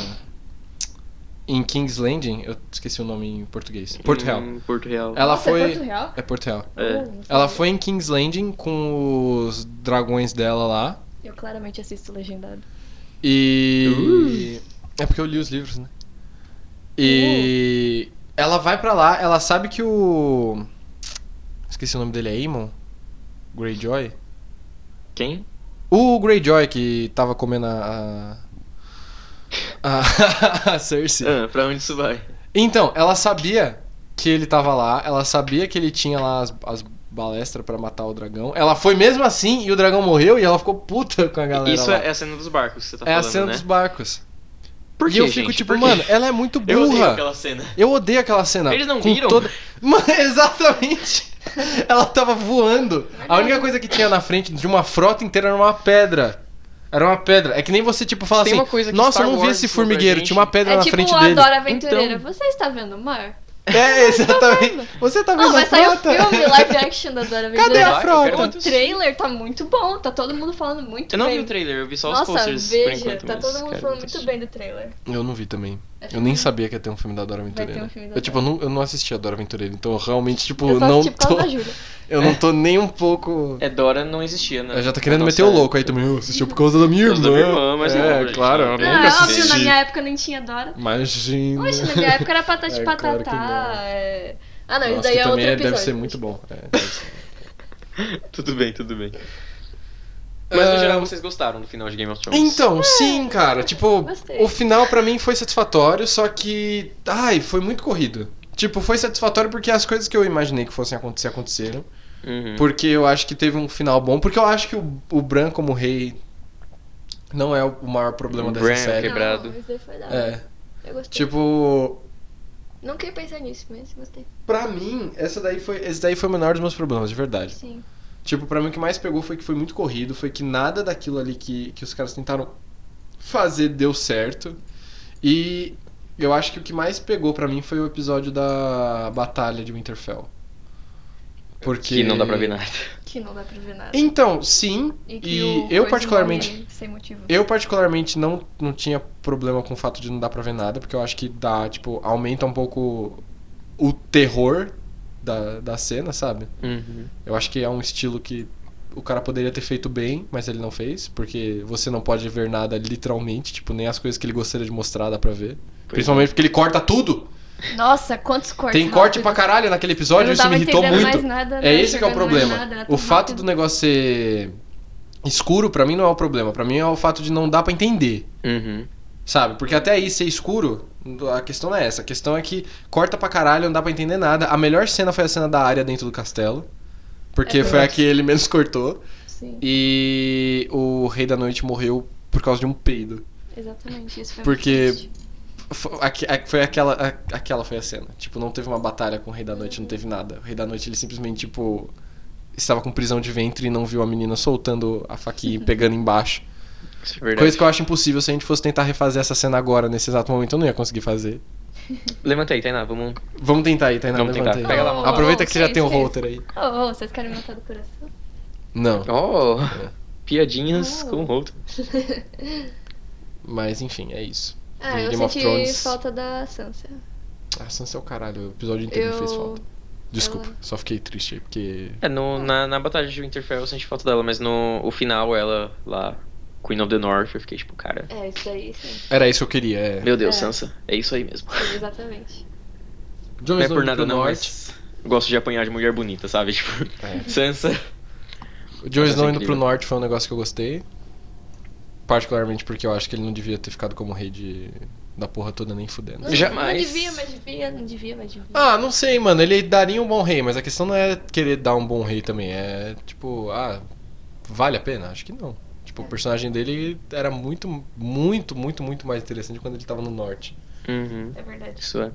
S2: Em King's Landing, eu esqueci o nome em português. É. Porto Real.
S3: Hum, Porto Real.
S2: Ela
S1: Nossa,
S2: foi.
S1: É Porto Real?
S2: É Porto Real.
S3: É.
S1: Uh, não sabia.
S2: Ela foi em King's Landing com os dragões dela lá.
S1: Eu claramente assisto legendado.
S2: E.
S3: Uh.
S2: É porque eu li os livros, né? E. Ela vai pra lá, ela sabe que o. Esqueci o nome dele, é Aemon? Greyjoy?
S3: Quem?
S2: O Greyjoy que tava comendo a. A, a Cersei.
S3: Ah, pra onde isso vai?
S2: Então, ela sabia que ele tava lá, ela sabia que ele tinha lá as, as balestras pra matar o dragão. Ela foi mesmo assim e o dragão morreu e ela ficou puta com a galera.
S3: isso
S2: lá.
S3: é, é a cena dos barcos que você tá
S2: É a
S3: falando,
S2: cena
S3: né?
S2: dos barcos.
S3: Por
S2: e
S3: quê,
S2: eu fico
S3: gente?
S2: tipo,
S3: Por quê?
S2: mano, ela é muito burra.
S3: Eu odeio aquela cena.
S2: Eu odeio aquela cena.
S3: Eles não
S2: com
S3: viram?
S2: Mano, exatamente. Ela tava voando. A
S1: Verdade.
S2: única coisa que tinha na frente de uma frota inteira era uma pedra. Era uma pedra. É que nem você, tipo, fala
S3: Tem
S2: assim,
S3: uma coisa que
S2: nossa,
S3: Star
S2: eu não vi
S3: Wars
S2: esse
S3: falou pra
S2: formigueiro,
S3: gente."
S2: tinha uma pedra
S1: é
S2: na
S1: tipo
S2: frente
S1: o
S2: dele.
S1: Adora Aventureira.
S3: Então-
S1: Você está vendo o mar?
S2: É, exatamente.
S1: vendo.
S2: Você tá
S1: Ah,
S2: vendo
S1: vai
S2: a
S1: sair o
S2: frota?
S1: filme live action da Dora
S2: Cadê
S1: Aventureira.
S2: a
S3: Caraca, eu quero
S2: frota?
S1: O trailer tá muito bom, tá todo mundo falando muito
S3: Eu não vi
S1: bem.
S3: o trailer, eu vi só os
S1: Nossa,
S3: posters por
S1: veja,
S3: enquanto.
S1: tá
S3: mas,
S1: todo mundo
S3: cara,
S1: falando
S3: eu
S1: muito
S3: assisti.
S1: bem do trailer.
S2: Eu não vi também. Eu nem sabia que ia ter um filme da
S1: ter
S2: Dora
S1: um
S2: Aventureira.
S1: filme da
S2: eu, tipo, eu não, eu não assisti a Dora Aventureira, então eu realmente, tipo,
S1: Eu só
S2: não
S1: assisti por
S2: tô.
S1: causa da Júlia.
S2: Eu não tô nem um pouco.
S3: É, Dora não existia, né?
S2: Eu já tá
S3: Na
S2: querendo
S3: nossa
S2: meter o louco aí
S3: época.
S2: também. Eu assistiu por causa da minha
S3: Por
S2: irmã.
S3: causa da minha irmã, mas
S2: é,
S3: não,
S2: claro, eu
S3: gente.
S1: Não,
S2: nunca
S1: é
S3: Ah,
S1: óbvio, na
S2: assisti.
S1: minha época nem tinha Dora.
S2: Imagina.
S1: Hoje, na minha época era patati
S2: É, claro que
S1: patatá.
S2: não.
S1: é- Ah, não,
S2: Nossa,
S1: isso daí
S2: que
S1: é outro
S2: também
S1: episódio.
S2: deve ser muito bom. É, deve ser.
S3: Tudo bem, tudo bem. Mas no
S2: Ah,
S3: geral vocês gostaram do final de Game of Thrones.
S2: Então, sim, cara. Tipo,
S1: É. Gostei.
S2: o final pra mim foi satisfatório, só que. Ai, foi muito corrido. Tipo, foi satisfatório porque as coisas que eu imaginei que fossem acontecer aconteceram.
S3: Uhum.
S2: Porque eu acho que teve um final bom. Porque eu acho que o, o Bran como rei não é o maior problema
S3: O
S2: dessa
S3: Bran,
S2: série.
S3: Um quebrado.
S1: Não, isso daí foi da hora.
S2: É.
S1: Eu gostei.
S2: Tipo,
S1: Não queria pensar nisso, mas gostei.
S2: Pra mim, essa daí foi, esse daí foi o menor dos meus problemas, de verdade.
S1: Sim.
S2: Tipo, pra mim o que mais pegou foi que foi muito corrido, foi que nada daquilo ali que, que os caras tentaram fazer deu certo. E eu acho que o que mais pegou pra mim foi o episódio da Batalha de Winterfell. Porque
S3: Que não dá pra ver nada.
S1: Que não dá pra ver nada.
S2: Então, sim,
S1: E, que
S2: e
S1: o
S2: eu
S1: coisa
S2: particularmente
S1: morre Sem motivo.
S2: eu particularmente não, não tinha problema com o fato de não dar pra ver nada, porque eu acho que dá, tipo, aumenta um pouco o terror da, da cena, sabe?
S3: Uhum.
S2: Eu acho que é um estilo que o cara poderia ter feito bem, mas ele não fez, porque você não pode ver nada literalmente, tipo, nem as coisas que ele gostaria de mostrar dá pra ver. Principalmente porque ele corta tudo.
S1: Nossa, quantos cortes.
S2: Tem corte
S1: rápidos.
S2: pra caralho naquele
S1: Eu não
S2: episódio, isso
S1: tava
S2: me irritou É
S1: entendendo
S2: muito.
S1: Mais nada,
S2: É esse que é o problema. o fato do
S1: do
S2: negócio ser Escuro pra mim não é o problema, pra mim é o fato de não dar pra entender,
S3: Uhum.
S2: sabe? Porque até aí ser escuro, a questão não é essa, a questão é que corta pra caralho, não dá pra entender nada. A melhor cena foi a cena da área dentro do castelo, porque
S1: É
S2: foi a
S1: verdade.
S2: que ele menos cortou.
S1: Sim,
S2: E o Rei da Noite morreu por causa de um peido.
S1: exatamente. Isso foi
S2: Porque-
S1: muito triste.
S2: Fo- aque- a- Foi aquela, a- aquela foi a cena. Tipo, não teve uma batalha com o Rei da Noite, não teve nada. O Rei da Noite, ele simplesmente, tipo, estava com prisão de ventre e não viu a menina soltando a faquinha e pegando embaixo.
S3: Isso é Uhum. verdade.
S2: Coisa que eu acho impossível. Se a gente fosse tentar refazer essa cena agora, nesse exato momento, eu não ia conseguir fazer.
S3: Levanta aí, Tainá, vamos.
S2: Vamos tentar aí, Tainá.
S3: Vamos
S2: levanta
S3: tentar.
S2: aí.
S3: Pega lá,
S1: mano.
S2: Aproveita que você já
S1: Que
S2: tem o
S1: isso, que
S2: holter aí.
S1: Oh, oh, vocês querem me matar do coração?
S2: Não,
S3: Oh, piadinhas
S1: Oh.
S3: com o Holt.
S2: mas enfim, é isso.
S1: ah,
S2: Em
S1: eu
S2: Game of
S1: senti
S2: Thrones.
S1: falta da Sansa.
S2: Ah, Sansa é o caralho. O episódio inteiro me fez
S1: Eu-
S2: falta. Desculpa,
S1: ela-
S2: só fiquei triste aí, porque...
S3: É, no, na, na batalha de Winterfell eu senti falta dela, mas no o final ela lá, Queen of the North, eu fiquei tipo, cara,
S1: É, isso aí, sim.
S2: Era isso que eu queria, é.
S3: meu Deus,
S1: É.
S3: Sansa, é isso aí mesmo.
S1: Exatamente.
S2: Jon
S3: Não é
S2: Snow
S3: por
S2: indo
S3: nada
S2: pro
S3: não,
S2: norte.
S3: mas eu gosto de apanhar de mulher bonita, sabe? Tipo,
S2: É.
S3: Sansa.
S2: O Jon
S3: Mas é
S2: Snow indo
S3: incrível.
S2: pro norte foi um negócio que eu gostei. Particularmente porque eu acho que ele não devia ter ficado como rei de... da porra toda nem fudendo.
S1: Não,
S3: Jamais.
S1: Não devia, mas devia, não devia, mas devia.
S2: Ah, não sei, mano. Ele daria um bom rei, mas a questão não é querer dar um bom rei também. É tipo, ah, vale a pena? Acho que não. Tipo, o personagem dele era muito, muito, muito, muito mais interessante quando ele tava no norte.
S3: Uhum.
S1: É verdade.
S3: Isso é.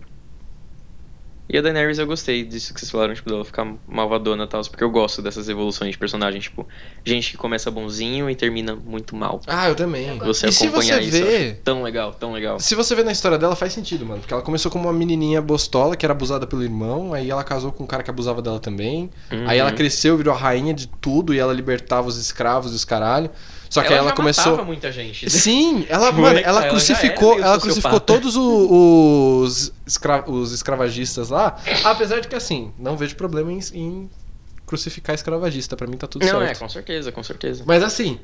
S3: E a Daenerys eu gostei disso que vocês falaram, tipo, dela ficar malvadona e tal, porque eu gosto dessas evoluções de personagem, tipo, gente que começa bonzinho e termina muito mal.
S2: Ah, eu também.
S1: Eu gosto.
S3: Você
S2: E se
S3: acompanhar
S2: você
S3: isso, eu
S2: vê-
S3: acho tão legal, tão legal.
S2: Então, Se você vê na história dela, faz sentido, mano. Porque ela começou como uma menininha bostola que era abusada pelo irmão, aí ela casou com um cara que abusava dela também. Aí ela
S3: Uhum.
S2: cresceu, virou a rainha de tudo e ela libertava os escravos e os caralho. Só que aí ela,
S3: já
S2: começou.
S3: matava muita gente.
S2: Sim, ela,
S3: Tipo,
S2: mano,
S3: ela já
S2: ela
S3: era
S2: crucificou,
S3: meio
S2: ela crucificou
S3: sociopata.
S2: todos o- os, escra- os escravagistas lá. Apesar de que assim, não vejo problema em, em crucificar escravagista, Pra mim tá tudo
S3: Não, é,
S2: certo.
S3: com certeza, com certeza.
S2: Mas assim,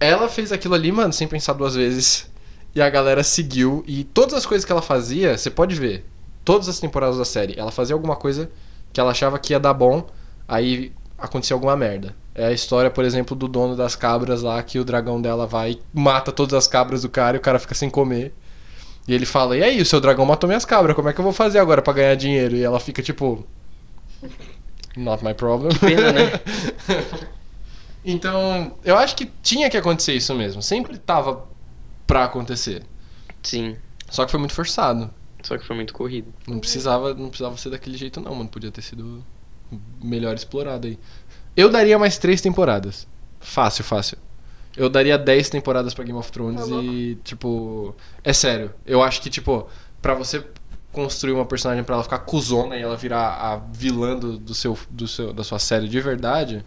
S2: ela fez aquilo ali, mano, sem pensar duas vezes. E a galera seguiu e todas as coisas que ela fazia, você pode ver, todas as temporadas da série, ela fazia alguma coisa que ela achava que ia dar bom, aí acontecia alguma merda. É a história, por exemplo, do dono das cabras lá, que o dragão dela vai e mata todas as cabras do cara e o cara fica sem comer. E ele fala, e aí, o seu dragão matou minhas cabras, como é que eu vou fazer agora pra ganhar dinheiro? E ela fica tipo. Not my problem.
S3: pena, né?
S2: então, eu acho que tinha que acontecer isso mesmo. Sempre tava pra acontecer.
S3: Sim,
S2: Só que foi muito forçado.
S3: só que foi muito corrido.
S1: Uhum.
S2: Não precisava, não precisava ser daquele jeito, não, mano. Podia ter sido melhor explorado aí. Eu daria mais três temporadas. Fácil, fácil. Eu daria 10 temporadas pra Game of Thrones
S1: Tá louco.
S2: e, tipo. É sério. Eu acho que, tipo, pra você construir uma personagem pra ela ficar cuzona e ela virar a vilã do, do seu, do seu, da sua série de verdade,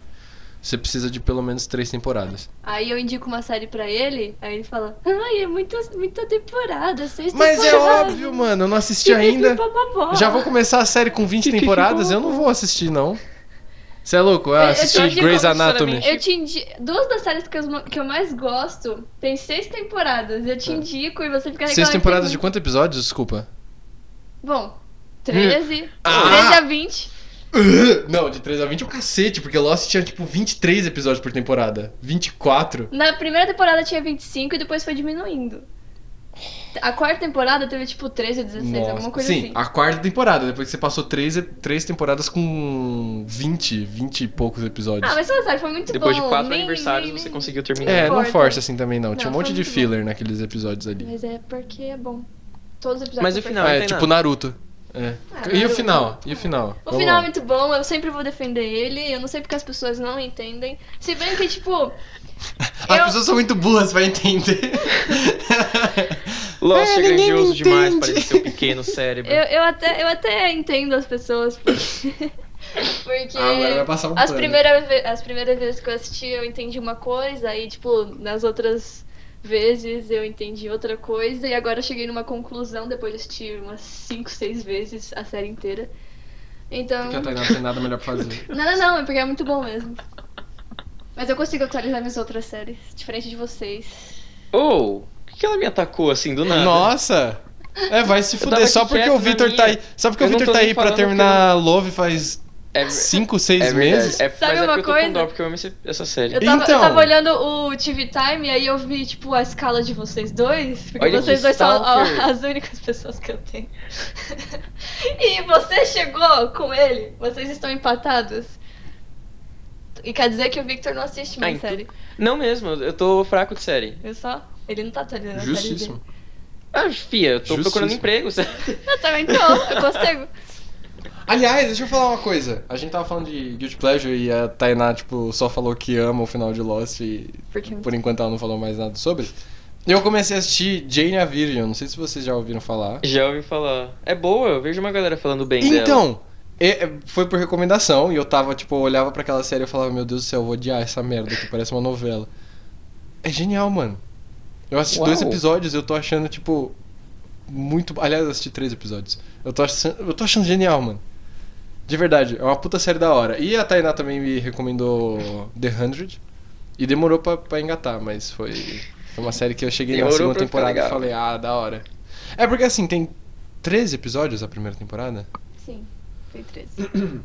S2: você precisa de pelo menos três temporadas.
S1: Aí eu indico uma série pra ele, aí ele fala, ai, é muita, muita temporada, seis
S2: Mas é
S1: temporadas.
S2: óbvio, mano, eu não assisti ainda. Já vou começar a série com 20 temporadas, eu não vou assistir, não. Você é louco? Eu
S1: Eu- eu
S2: assisti
S1: só digo
S2: Grey's
S3: sinceramente-
S2: Anatomy.
S1: Eu te indico. Duas das séries que eu, que eu mais gosto tem seis temporadas. Eu te indico e você fica reclamando.
S2: Ah. Seis
S1: que
S2: temporadas de
S1: tem-
S2: quantos episódios? Desculpa.
S1: Bom, 13.
S2: Ah!
S1: 13 a 20.
S2: Não, de 3 a 20 é um cacete, porque Lost tinha tipo 23 episódios por temporada. 24.
S1: Na primeira temporada tinha 25 e depois foi diminuindo. A quarta temporada teve tipo 13 ou 16, alguma coisa
S2: Sim,
S1: assim.
S2: a quarta temporada, depois que você passou três, três temporadas com 20, 20 e poucos episódios.
S1: Ah, mas você sabe, foi muito
S3: Depois
S1: bom.
S3: de quatro
S1: Nem-
S3: aniversários
S1: nem-
S3: você
S1: nem-
S3: conseguiu terminar.
S2: É, não
S1: importa.
S2: força assim também não. Tinha um
S1: Não,
S2: monte
S1: foi
S2: de
S1: muito
S2: filler naqueles episódios ali.
S1: Mas é porque é bom. Todos os episódios
S3: Mas
S1: são
S3: o final,
S1: perfeitos.
S2: é,
S3: tem
S2: tipo Naruto. É.
S1: Ah,
S2: e o
S1: Naruto.
S2: final? E o final?
S1: O
S2: Vamos
S1: final
S2: lá.
S1: é muito bom, eu sempre vou defender ele, eu não sei porque as pessoas não entendem. Se bem que, tipo,
S2: As
S1: Eu-
S2: pessoas são muito burras pra entender.
S3: Lost
S2: É,
S3: é,
S2: ninguém me
S3: grandioso demais,
S2: entende.
S3: parece seu um pequeno cérebro.
S1: eu, eu, até, eu até entendo as pessoas, porque. porque
S2: Ah, agora vai passar um
S1: as,
S2: pano.
S1: primeiras, ve- as primeiras vezes que eu assisti eu entendi uma coisa, aí, tipo, nas outras vezes eu entendi outra coisa, e agora eu cheguei numa conclusão depois de assistir umas 5, 6 vezes a série inteira. Então.
S2: Porque a Tainá não tem nada melhor pra fazer.
S1: Não, não, não, é porque é muito bom mesmo. Mas eu consigo atualizar minhas outras séries, diferente de vocês.
S3: Oh, por que que ela me atacou assim do nada?
S2: Nossa! É, vai se
S3: tava
S2: fuder
S3: aqui
S2: só porque
S3: quieto
S2: o
S3: na
S2: Victor
S3: minha.
S2: tá aí. Só porque
S3: Eu
S2: o
S3: não
S2: Victor
S3: tô
S2: tá
S3: nem
S2: aí pra
S3: falando
S2: terminar Love faz
S3: É,
S2: Cinco, seis
S3: é verdade.
S2: meses?
S3: É,
S1: Sabe
S3: mas é
S1: uma
S3: porque eu tô
S1: coisa?
S3: com dó, porque eu amo esse- essa série.
S1: Eu tava,
S2: Então.
S1: eu tava olhando o TV Time e aí eu vi, tipo, a escala de vocês dois. Porque
S3: Olha que
S1: vocês dois são
S3: stalker.
S1: a- as únicas pessoas que eu tenho. e você chegou com ele. Vocês estão empatados. E quer dizer que o Victor não assiste
S3: Ah,
S1: mais
S3: então-
S1: série.
S3: Não mesmo, eu eu tô fraco de série.
S1: Eu só. Ele não tá atualizando a série dele.
S2: Justíssimo.
S3: Ah, fia, eu tô
S2: Justíssimo.
S3: procurando emprego, sabe?
S1: Eu também tô, eu consigo.
S2: Aliás, deixa eu falar uma coisa. A gente tava falando de Guilty Pleasure e a Tainá, tipo, só falou que ama o final de Lost e
S1: Porque
S2: por enquanto ela não falou mais nada sobre. Eu comecei a assistir Jane a Virgin, não sei se vocês já ouviram falar.
S3: Já ouvi falar. É boa, eu vejo uma galera falando bem dela.
S2: Então, é- é- foi por recomendação e eu tava, tipo, eu olhava pra aquela série e eu falava, meu Deus do céu, eu vou odiar essa merda que parece uma novela. É genial, mano. Eu assisti
S3: Uau.
S2: dois episódios e eu tô achando, tipo, muito. Aliás, eu assisti três episódios. Eu tô achando, eu tô achando genial, mano. De verdade, é uma puta série da hora. E a Tainá também me recomendou The 100 e demorou pra, pra engatar, mas foi, foi uma série que eu cheguei
S3: Demorou
S2: na segunda
S3: pra ficar
S2: temporada e
S3: legal.
S2: falei, ah, da hora. É porque assim, tem 13 episódios a primeira temporada?
S1: Sim, tem 13.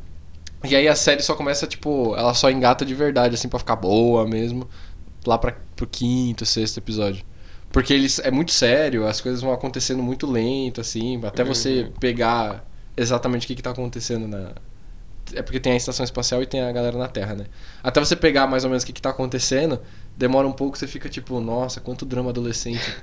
S2: E aí a série só começa, tipo, ela só engata de verdade, assim, pra ficar boa mesmo, lá pra, pro quinto, sexto episódio. Porque eles, é muito sério, as coisas vão acontecendo muito lento, assim, até você
S3: Uhum.
S2: pegar exatamente o que, que tá acontecendo na. É porque tem a estação espacial e tem a galera na Terra, né? Até você pegar mais ou menos o que, que tá acontecendo, demora um pouco, você fica tipo, nossa, quanto drama adolescente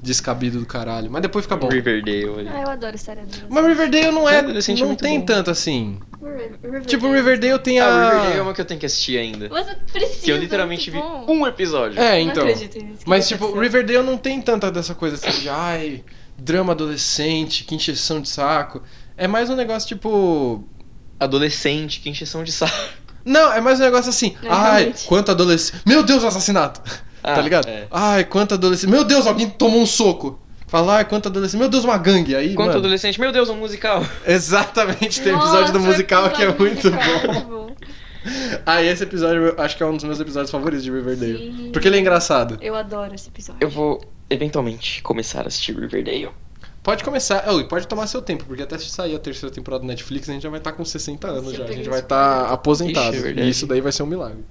S2: descabido do caralho. Mas depois fica bom.
S3: Riverdale ali.
S1: Ah, eu adoro série adulta.
S2: Mas Riverdale não é.
S3: É, adolescente é
S2: Não
S3: muito
S2: tem
S3: bom.
S2: tanto assim.
S1: River- Riverdale.
S2: Tipo, Riverdale tem a.
S3: Ah, Riverdale é uma que eu tenho que assistir ainda.
S1: Você precisa.
S3: Que eu literalmente
S1: é
S3: vi
S1: muito bom.
S3: um episódio.
S2: É,
S1: Não
S2: então.
S1: acredito nisso que
S2: Mas, tipo,
S1: aconteceu.
S2: Riverdale não tem tanta dessa coisa assim de, ai, drama adolescente, que encheção de saco. É mais um negócio tipo.
S3: Adolescente, que encheção de saco.
S2: Não, é mais um negócio assim,
S1: É,
S2: ai,
S1: realmente.
S2: quanto adolescente. Meu Deus, assassinato!
S3: Ah,
S2: tá ligado?
S3: é.
S2: Ai, quanto adolescente. Meu Deus, alguém tomou um soco. Fala, ai, quanto adolescente. Meu Deus, uma gangue. Aí,
S3: Quanto
S2: mano,
S3: adolescente, meu Deus, um musical.
S2: Exatamente, tem episódio do
S1: Nossa, o
S2: musical que é
S1: episódio
S2: muito
S1: musical é
S2: bom.
S1: muito bom. é.
S2: Ah, esse episódio eu acho que é um dos meus episódios favoritos de Riverdale.
S1: Sim.
S2: Porque ele é engraçado.
S1: Eu adoro esse episódio.
S3: Eu vou, eventualmente, começar a assistir Riverdale.
S2: Pode começar, oh, e pode tomar seu tempo, porque até se sair a terceira temporada do Netflix, a gente já vai estar com 60 anos
S1: Sim,
S2: já. A
S1: tem
S2: gente
S1: isso.
S2: vai estar aposentado.
S3: Ixi, é
S2: e
S3: verdade.
S2: isso daí vai ser um milagre.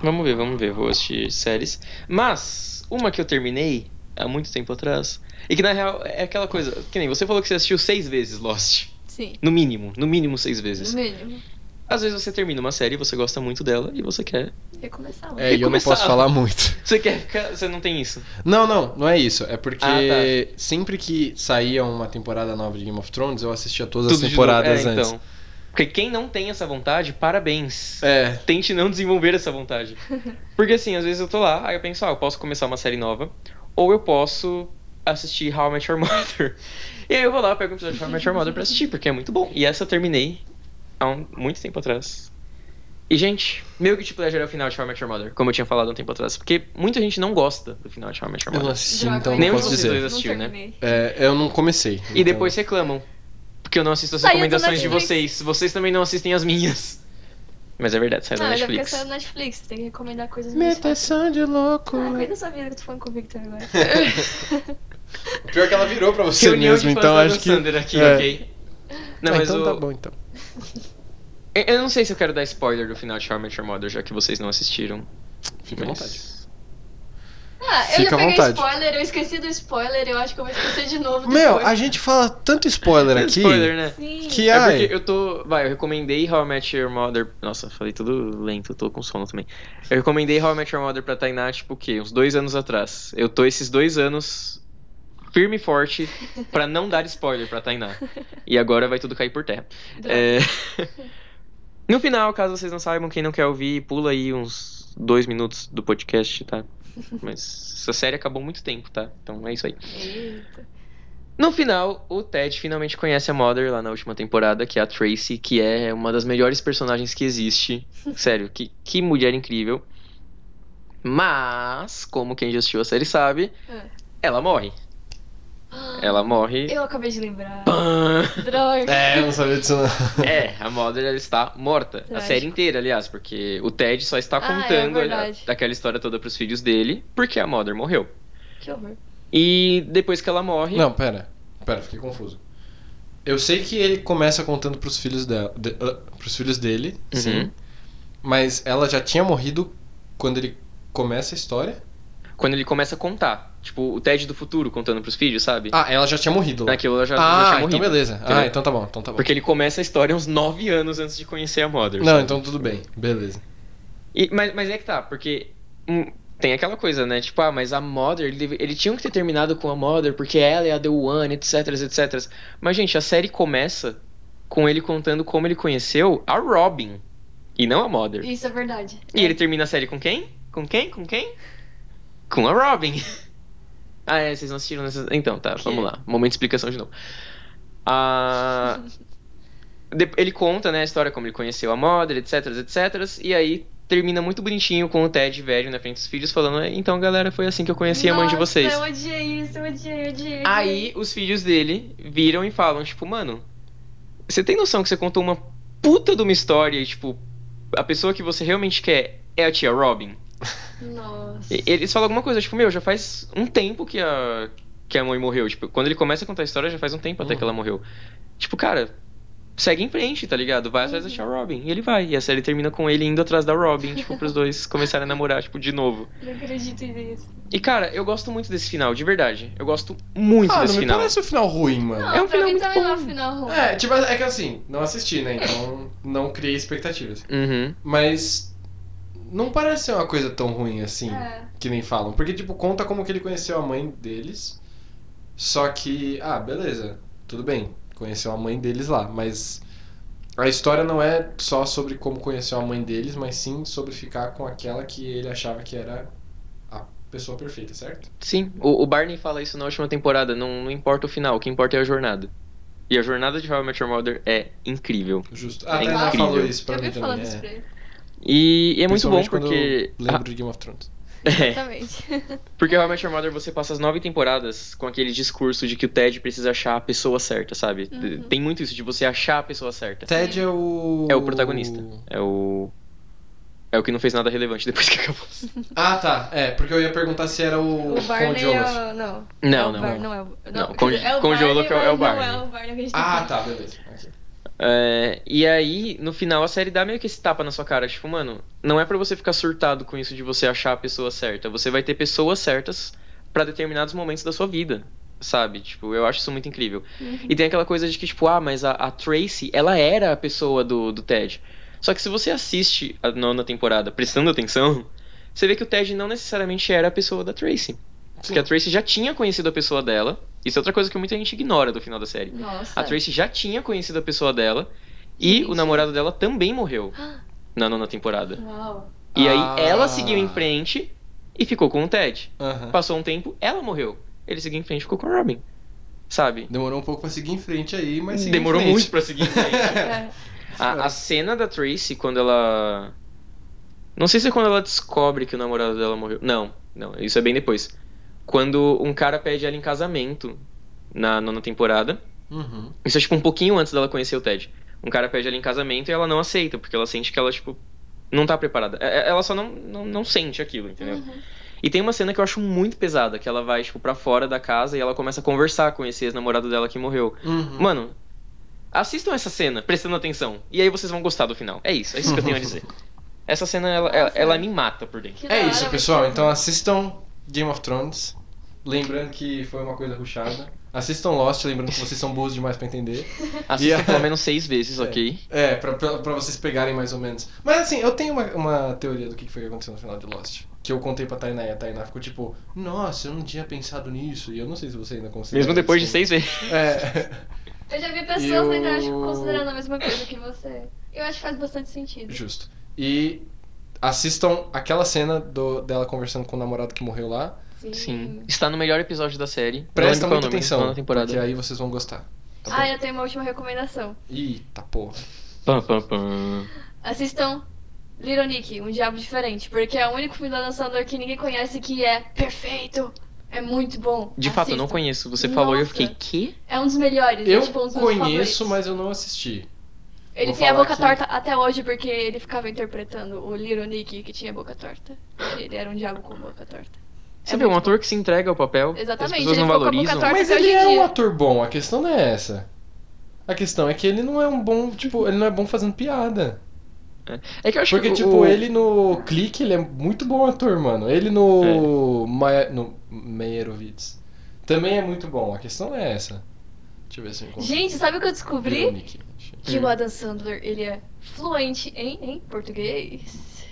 S3: Vamos ver, vamos ver, vou assistir séries. Mas, uma que eu terminei há muito tempo atrás, e que na real é aquela coisa, que nem você falou que você assistiu seis vezes Lost.
S1: Sim.
S3: No mínimo, no mínimo seis
S1: No
S3: vezes.
S1: mínimo.
S3: Às vezes você termina uma série, você gosta muito dela e você quer.
S1: Recomeçar lá.
S2: É, e eu não
S3: começar.
S2: posso falar muito.
S3: Você quer ficar. Você não tem isso.
S2: Não, não, não é isso. É porque
S3: Ah,
S2: sempre que saía uma temporada nova de Game of Thrones, eu assistia todas as
S3: de
S2: temporadas
S3: novo. É,
S2: antes.
S3: então. Porque quem não tem essa vontade, parabéns.
S2: É,
S3: Tente não desenvolver essa vontade. Porque assim, às vezes eu tô lá, aí eu penso, ah, eu posso começar uma série nova, ou eu posso assistir How I Met Your Mother. E aí eu vou lá, pego um episódio de How I Met Your Mother pra assistir, porque é muito bom. E essa eu terminei há um- muito tempo atrás. E, gente, meu guilty pleasure é o final de How I Met Your Mother, como eu tinha falado há um tempo atrás. Porque muita gente não gosta do final de How I Met Your
S2: eu não
S3: Mother.
S2: assisti,
S1: Droga,
S2: então
S1: eu
S2: não
S3: Nenhum
S2: posso
S3: de vocês
S2: dizer.
S3: dois assistiu, né?
S1: terminei.
S2: É, eu não comecei.
S3: E
S2: então-
S3: depois reclamam. Porque eu não assisto as
S1: Saiu do
S3: recomendações de
S1: Netflix.
S3: vocês. Vocês também não assistem as minhas. Mas é verdade, saiu da
S1: Não, mas é porque
S3: Netflix.
S1: saiu no Netflix. Tem que recomendar coisas mais fáceis.
S2: Metação de louco.
S1: Ah, cuida da sua vida que eu tô falando com o Victor agora.
S2: Pior que ela virou pra você
S3: Reunião
S2: mesmo,
S3: de fãs
S2: então
S3: da
S2: acho
S3: Dan
S2: que.
S3: Sander aqui,
S2: é.
S3: ok? Não,
S2: Ah,
S3: mas
S2: então
S3: o-
S2: tá bom, então.
S3: eu- Eu não sei se eu quero dar spoiler do final de How I Met Your Mother, já que vocês não assistiram.
S2: Fica à
S3: Mas-
S2: vontade.
S1: Ah, eu
S2: Fica à
S1: já peguei
S2: vontade.
S1: spoiler, eu esqueci do spoiler, eu acho que eu vou esquecer de novo
S2: Meu,
S1: depois.
S2: a gente fala tanto spoiler aqui.
S3: Spoiler, né?
S1: Sim.
S2: que-
S3: É
S2: ai.
S3: porque eu tô. Vai, eu recomendei How I Met Your Mother. Nossa, falei tudo lento, eu tô com sono também. Eu recomendei How I Met Your Mother pra Tainá, tipo o quê? Uns dois anos atrás. Eu tô esses dois anos firme e forte pra não dar spoiler pra Tainá. E agora vai tudo cair por terra. É... No final, caso vocês não saibam, quem não quer ouvir, pula aí uns dois minutos do podcast, tá? Mas essa série acabou há muito tempo, tá? Então é isso aí.
S1: Eita.
S3: No final, o Ted finalmente conhece a Mother lá na última temporada, que é a Tracy, que é uma das melhores personagens que existe. Sério, que, que mulher incrível. Mas, como quem já assistiu a série sabe,
S1: É.
S3: ela morre. Ela morre.
S1: Eu acabei de lembrar.
S3: Pã!
S1: Droga.
S2: É, eu não sabia disso não.
S3: É, a Mother ela está morta. A
S1: Trágico.
S3: série inteira, aliás, porque o Ted só está
S1: Ah, é
S3: contando a-
S1: verdade.
S3: aquela história toda pros filhos dele, porque a Mother morreu.
S1: Que horror.
S3: E depois que ela morre.
S2: Não, pera. Pera, fiquei confuso. Eu sei que ele começa contando pros filhos, dela, de, ah, pros filhos dele,
S3: Uhum.
S2: sim. Mas ela já tinha morrido quando ele começa a história.
S3: Quando ele começa a contar. Tipo, o Ted do futuro contando pros filhos, sabe?
S2: Ah, ela já tinha morrido. lá.
S3: Naquilo ela já, já
S2: ah,
S3: tinha
S2: então
S3: morrido.
S2: beleza. Ah,
S3: entendeu?
S2: então tá bom, então tá bom.
S3: Porque ele começa a história uns 9 anos antes de conhecer a Mother.
S2: Não, então tudo bem, beleza.
S3: E- mas, mas é que tá, porque hum, tem aquela coisa, né? Tipo, ah, mas a Mother, ele, deve- ele tinha que ter terminado com a Mother, porque ela é a The One, etc, etc. Mas, gente, a série começa com ele contando como ele conheceu a Robin, e não a Mother.
S1: Isso é verdade.
S3: E ele termina a série com quem? Com quem? Com quem? Com a Robin. Ah, é, vocês não assistiram nessas... Então, tá, vamos lá. Momento de explicação de novo. Ah, de- ele conta, né, a história, como ele conheceu a Mother, etc, etc. E aí termina muito bonitinho com o Ted velho na frente dos filhos falando "É, Então, galera, foi assim que eu conheci a mãe de
S1: Nossa,
S3: vocês.
S1: Eu odiei isso, eu odiei, eu odiei.
S3: Aí os filhos dele viram e falam, tipo, mano, você tem noção que você contou uma puta de uma história e, tipo, a pessoa que você realmente quer é a tia Robin?
S1: Nossa.
S3: E- Eles falam alguma coisa, tipo, meu, já faz um tempo que a, que a mãe morreu. Tipo, quando ele começa a contar a história, já faz um tempo até
S2: Uhum.
S3: que ela morreu. Tipo, cara, segue em frente, tá ligado? Vai atrás da
S2: Uhum.
S3: tia Robin. E ele vai. E a série termina com ele indo atrás da Robin, tipo, pros dois começarem a namorar, tipo, de novo.
S1: Não acredito nisso.
S3: E, cara, eu gosto muito desse final, de verdade. Eu gosto muito
S2: ah, não
S3: desse
S2: me
S3: final.
S2: parece um final ruim, mano.
S1: Não,
S3: É
S1: pra
S3: um final
S1: mim
S3: muito
S1: também não é
S3: bom.
S1: um final ruim.
S2: É, tipo, é que assim, não assisti, né? Então não criei expectativas.
S3: Uhum.
S2: Mas não parece ser uma coisa tão ruim assim,
S1: É.
S2: que nem falam. Porque, tipo, conta como que ele conheceu a mãe deles. Só que, ah, beleza, tudo bem, conheceu a mãe deles lá. Mas a história não é só sobre como conheceu a mãe deles, mas sim sobre ficar com aquela que ele achava que era a pessoa perfeita, certo?
S3: Sim, o, o Barney fala isso na última temporada. Não, não importa o final, o que importa é a jornada. E a jornada de How I Met Your Mother é incrível.
S2: Justo. Ah,
S3: É
S2: a Tainá
S3: incrível.
S2: falou isso pra
S1: eu
S2: mim
S1: vi
S2: também.
S1: falando isso
S2: é.
S1: pra ele.
S3: E, e é muito bom
S2: Principalmente quando
S3: porque.
S2: eu Lembro de Game of Thrones.
S3: É.
S1: Exatamente.
S3: Porque How I Met Your Mother você passa as nove temporadas com aquele discurso de que o Ted precisa achar a pessoa certa, sabe?
S1: Uhum.
S3: Tem muito isso de você achar a pessoa certa.
S2: Ted é o.
S3: É o protagonista. É o. É o que não fez nada relevante depois que acabou.
S2: Ah, tá. É, porque eu ia perguntar se era o.
S1: O Barney
S2: Conde Olaf.
S1: é o. Não. é
S3: Não,
S1: o
S3: não.
S1: Bar- Não é o.
S3: Não,
S1: quer dizer,
S3: Conde- Conde
S1: Barney,
S3: Olaf é o- é
S1: mas
S3: o
S1: Não é
S3: Barney.
S1: o Barney que a gente tá
S2: Ah,
S1: falando.
S2: tá, beleza. Ok.
S3: É, e aí, no final, a série dá meio que esse tapa na sua cara. Tipo, mano, não é pra você ficar surtado com isso de você achar a pessoa certa. Você vai ter pessoas certas pra determinados momentos da sua vida, sabe? Tipo, eu acho isso muito incrível. E tem aquela coisa de que, tipo, ah, mas a, a Tracy, ela era a pessoa do, do Ted. Só que se você assiste a nona temporada prestando atenção, você vê que o Ted não necessariamente era a pessoa da Tracy. Porque a Tracy já tinha conhecido a pessoa dela. Isso é outra coisa que muita gente ignora do final da série.
S1: Nossa.
S3: A Tracy já tinha conhecido a pessoa dela e o
S1: Gente.
S3: namorado dela também morreu na nona temporada.
S1: Uau.
S3: E aí
S2: Ah.
S3: ela seguiu em frente e ficou com o Ted.
S2: Aham.
S3: Passou um tempo, ela morreu. Ele seguiu em frente e ficou com a Robin. Sabe?
S2: Demorou um pouco pra seguir em frente aí, mas. seguiu em
S3: Demorou
S2: frente.
S3: muito pra seguir em frente.
S1: É.
S3: A, a cena da Tracy quando ela. Não sei se é quando ela descobre que o namorado dela morreu. Não, não, isso é bem depois. Quando um cara pede ela em casamento na nona temporada.
S2: Uhum.
S3: Isso é tipo um pouquinho antes dela conhecer o Ted. Um cara pede ela em casamento e ela não aceita, porque ela sente que ela, tipo, não tá preparada. É- é- Ela só não, não, não sente aquilo, entendeu? E tem uma cena que eu acho muito pesada, que ela vai, tipo, pra fora da casa e ela começa a conversar com esse ex-namorado dela que morreu.
S2: Uhum.
S3: Mano, assistam essa cena, prestando atenção. E aí vocês vão gostar do final. É isso, é isso que eu tenho a dizer. Essa cena, ela, ela,
S1: Nossa.
S3: ela me mata por dentro.
S1: Que da
S2: É
S1: hora, né?
S2: isso,
S1: vai
S2: pessoal.
S1: ser-
S2: Então assistam Game of Thrones. Lembrando que foi uma coisa ruchada. Assistam Lost, lembrando que vocês são burros demais pra entender.
S3: Assistam
S2: E a-
S3: pelo menos seis vezes, ok?
S2: É, pra, pra, pra vocês pegarem mais ou menos. Mas assim, eu tenho uma, uma teoria do que foi que aconteceu no final de Lost. Que eu contei pra Tainá e a Tainá ficou tipo, nossa, eu não tinha pensado nisso. E eu não sei se você ainda consegue.
S3: Mesmo depois de seis vezes.
S2: É,
S1: Eu já vi pessoas
S2: E o-
S1: na internet considerando a mesma coisa que você. Eu acho que faz bastante sentido.
S2: justo. E assistam aquela cena do, dela conversando com o namorado que morreu lá.
S3: Sim. Está no melhor episódio da série. Não
S2: Presta
S3: lembro qual é o
S2: muita
S3: nome,
S2: atenção,
S3: na temporada.
S2: porque aí vocês vão gostar.
S3: Tá bom.
S1: Ah, eu tenho uma última recomendação.
S2: Eita porra.
S3: Pam, pam, pam.
S1: Assistam Little Nick, Um Diabo Diferente, porque é o único filme da Sandor que ninguém conhece que é perfeito. É muito bom.
S3: De fato, eu não
S1: Assistam.
S3: conheço. Você falou e eu
S1: Nossa.
S3: fiquei, que?
S1: É um dos melhores. é,
S2: Eu
S1: tipo, um dos meus
S2: conheço,
S1: favoritos.
S2: mas eu não assisti.
S1: Ele
S2: vou
S1: tem a
S2: falar
S1: boca
S2: que-
S1: torta até hoje porque ele ficava interpretando o Little Nick que tinha boca torta. Ele era um diabo com boca torta.
S3: Você
S1: É
S3: vê, um
S1: muito
S3: ator que se entrega ao papel.
S1: Exatamente,
S3: As pessoas
S1: ele
S3: não
S1: ficou com a boca
S2: é
S3: valorizam.
S1: torta. Mas
S2: Mas
S1: hoje
S2: ele
S1: em
S2: é um
S1: dia-
S2: ator bom, a questão não é essa. A questão é que ele não é um bom, tipo, ele não é bom fazendo piada.
S3: É que eu acho
S2: Porque,
S3: que o-
S2: tipo, ele no Clique, ele é muito bom ator, mano. Ele
S3: É.
S2: no, Maia- no Meyerowitz também é muito bom. A questão é essa. Deixa eu ver se eu encontro.
S1: Gente, sabe o que eu descobri?
S2: Veronique.
S1: Que
S3: Hum.
S1: o Adam Sandler, ele é fluente em, em português.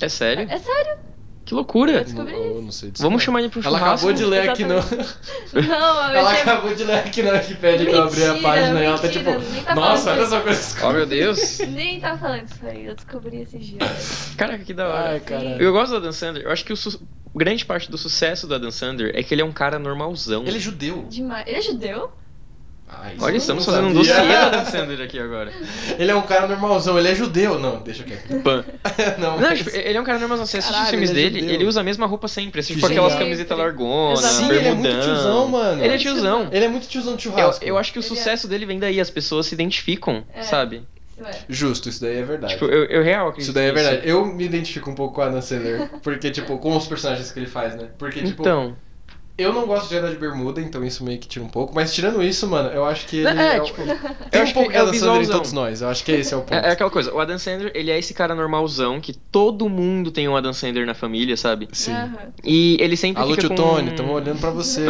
S3: É sério?
S1: É sério?
S3: Que loucura.
S1: descobri
S2: Eu
S1: isso.
S2: não sei disso, não.
S3: Vamos chamar ele pro
S2: Ela
S3: churrasco.
S2: acabou de ler aqui no.
S1: Não, eu
S2: Ela
S1: achei...
S2: acabou de ler aqui na Wikipedia que eu abri a
S1: Mentira,
S2: página e ela tá tipo.
S1: mentira, nem tá
S2: Nossa,
S1: falando
S2: olha só
S1: disso."
S2: coisas.
S3: Oh, meu Deus.
S1: Nem tá falando isso aí, eu descobri esse dia.
S3: Caraca, que da hora.
S2: Ai, caralho.
S3: Eu gosto do Adam Sandler. Eu acho que o su- grande parte do sucesso do Adam Sandler é que ele é um cara normalzão.
S2: Ele é judeu.
S1: Demais. Ele é judeu?
S2: Ai, isso eu
S3: Olha, estamos
S2: não
S3: fazendo um
S2: sabia.
S3: dossiê né? do Adam Sandler aqui agora.
S2: Ele é um cara normalzão, ele é judeu. Não, deixa quieto.
S3: Pã.
S2: não,
S3: Não,
S2: mas-
S3: tipo, ele é um cara normalzão. Você assiste os
S2: Caralho,
S3: filmes
S2: ele é
S3: dele,
S2: judeu.
S3: ele usa a mesma roupa sempre. Assim,
S2: Que
S3: tipo aquelas
S1: genial.
S3: camisetas largonas,
S1: Exato.
S2: é Sim, ele é muito
S3: bermudão.
S2: tiozão, mano.
S3: Ele é tiozão.
S2: Ele é muito tiozão de
S3: Eu,
S2: churrasco.
S3: eu acho que o
S1: Ele é-
S3: sucesso dele vem daí, as pessoas se identificam,
S1: É.
S3: sabe?
S1: Isso é.
S2: Justo, isso daí é verdade.
S3: Tipo, eu, eu real acredito.
S2: Isso daí é
S3: nisso.
S2: verdade. Eu me identifico um pouco com a Adam Sandler, porque, tipo, com os personagens que ele faz, né? Porque, tipo,
S3: Então,
S2: eu não gosto de andar de bermuda, então isso meio que tira um pouco, mas tirando isso, mano, eu acho que ele
S3: É,
S2: é, o-
S3: tipo,
S2: tem
S3: eu
S2: um
S3: acho
S2: pouco
S3: que
S2: de
S3: é o
S2: Adam Sandler em
S3: visualzão.
S2: todos nós, eu acho que esse é o ponto.
S3: é, é aquela coisa. O Adam Sandler, ele é esse cara normalzão que todo mundo tem um Adam Sandler na família, sabe?
S2: Sim.
S1: Aham.
S3: E ele sempre
S2: Alô,
S3: é. fica
S2: tio
S3: com... um-
S2: Tony, estamos olhando pra você.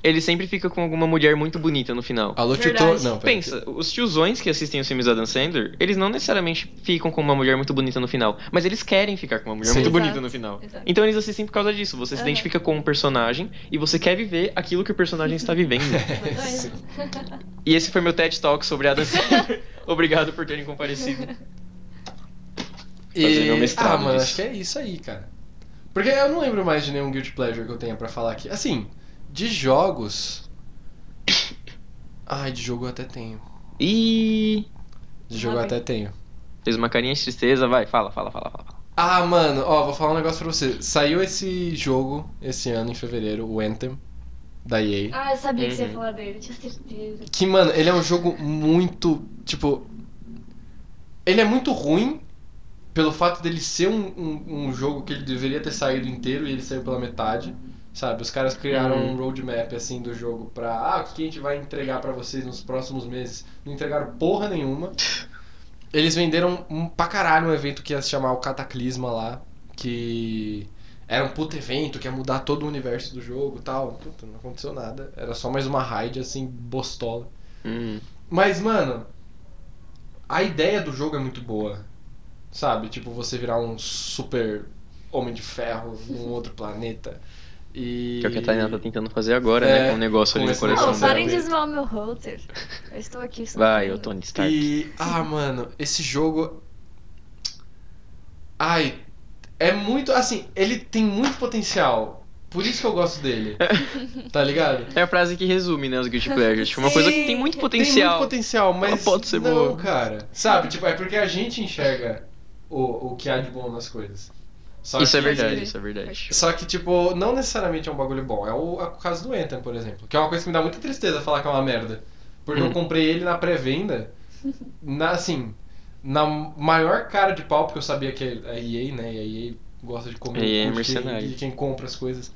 S3: Ele sempre fica com alguma mulher muito bonita no final.
S2: Alô, tio
S1: Verdade.
S2: Tony. Não, pera.
S3: Pensa, os tiozões que assistem os filmes do Adam Sandler, eles não necessariamente ficam com uma mulher muito bonita no final, mas eles querem ficar com uma mulher
S2: Sim.
S3: muito
S1: Exato,
S3: bonita no final.
S1: exato.
S3: Então eles assistem por causa disso. Você se
S1: Aham.
S3: identifica com um personagem e você quer viver aquilo que o personagem está vivendo.
S2: Sim.
S3: e esse foi meu TED Talk sobre Adam Sandler. Obrigado por terem comparecido. Fazer meu mestrado
S2: Ah, mano,
S3: disso.
S2: acho que é isso aí, cara. Porque eu não lembro mais de nenhum Guilty Pleasure que eu tenha pra falar aqui. Assim, de jogos. Ai, de jogo eu até tenho.
S3: E
S2: De jogo eu
S3: é
S1: Lá
S2: até
S1: vem.
S2: tenho.
S3: fez uma carinha de tristeza, vai, fala, fala, fala, fala.
S2: Ah, mano, ó, vou falar um negócio pra você. Saiu esse jogo esse ano, em fevereiro, o Anthem, da EA.
S1: Ah, eu sabia que você ia
S3: Uhum.
S1: falar dele, eu tinha certeza.
S2: Que, mano, ele é um jogo muito. Tipo. Ele é muito ruim pelo fato dele ser um, um, um jogo que ele deveria ter saído inteiro e ele saiu pela metade. Sabe? Os caras criaram
S3: Uhum.
S2: um roadmap assim do jogo pra. Ah, o que que a gente vai entregar pra vocês nos próximos meses? Não entregaram porra nenhuma. Eles venderam um, pra caralho um evento que ia se chamar o Cataclisma lá. Que era um puto evento que ia mudar todo o universo do jogo e tal. Puta, não aconteceu nada. Era só mais uma raid assim, bostola.
S3: Hum.
S2: Mas, mano, a ideia do jogo é muito boa. Sabe? Tipo, você virar um super homem de ferro num outro planeta. E.
S3: Que é o que a Tainá tá tentando fazer agora,
S2: É,
S3: né? Com o negócio
S2: com
S3: ali no
S2: esse
S3: coração
S1: Não,
S2: negócio.
S1: parem
S3: dela.
S1: de esmar o meu router. Eu estou aqui sofrendo.
S3: Vai, ô Tony Stark.
S2: E. Ah, mano, esse jogo. Ai. É muito. Assim, ele tem muito potencial. Por isso que eu gosto dele. tá ligado?
S3: É a frase que resume, né, os Guilty Pleasures. Tipo, uma
S1: Sim,
S3: coisa que tem muito
S2: Tem
S3: potencial.
S2: muito potencial, mas
S3: Ela pode ser
S2: não,
S3: boa.
S2: cara. Sabe, tipo, é porque a gente enxerga o, o que há de bom nas coisas. Só
S3: Isso é
S2: que-
S3: verdade, isso é verdade.
S2: Só que, tipo, não necessariamente é um bagulho bom. É o, é o caso do Anthem, por exemplo. Que é uma coisa que me dá muita tristeza falar que é uma merda. Porque
S3: Hum.
S2: eu comprei ele na pré-venda, na, assim, na maior cara de pau, porque eu sabia que é a EA, né? E a EA gosta de comer
S3: EA é
S2: o cu de quem-
S3: mercenário.
S2: de quem compra as coisas.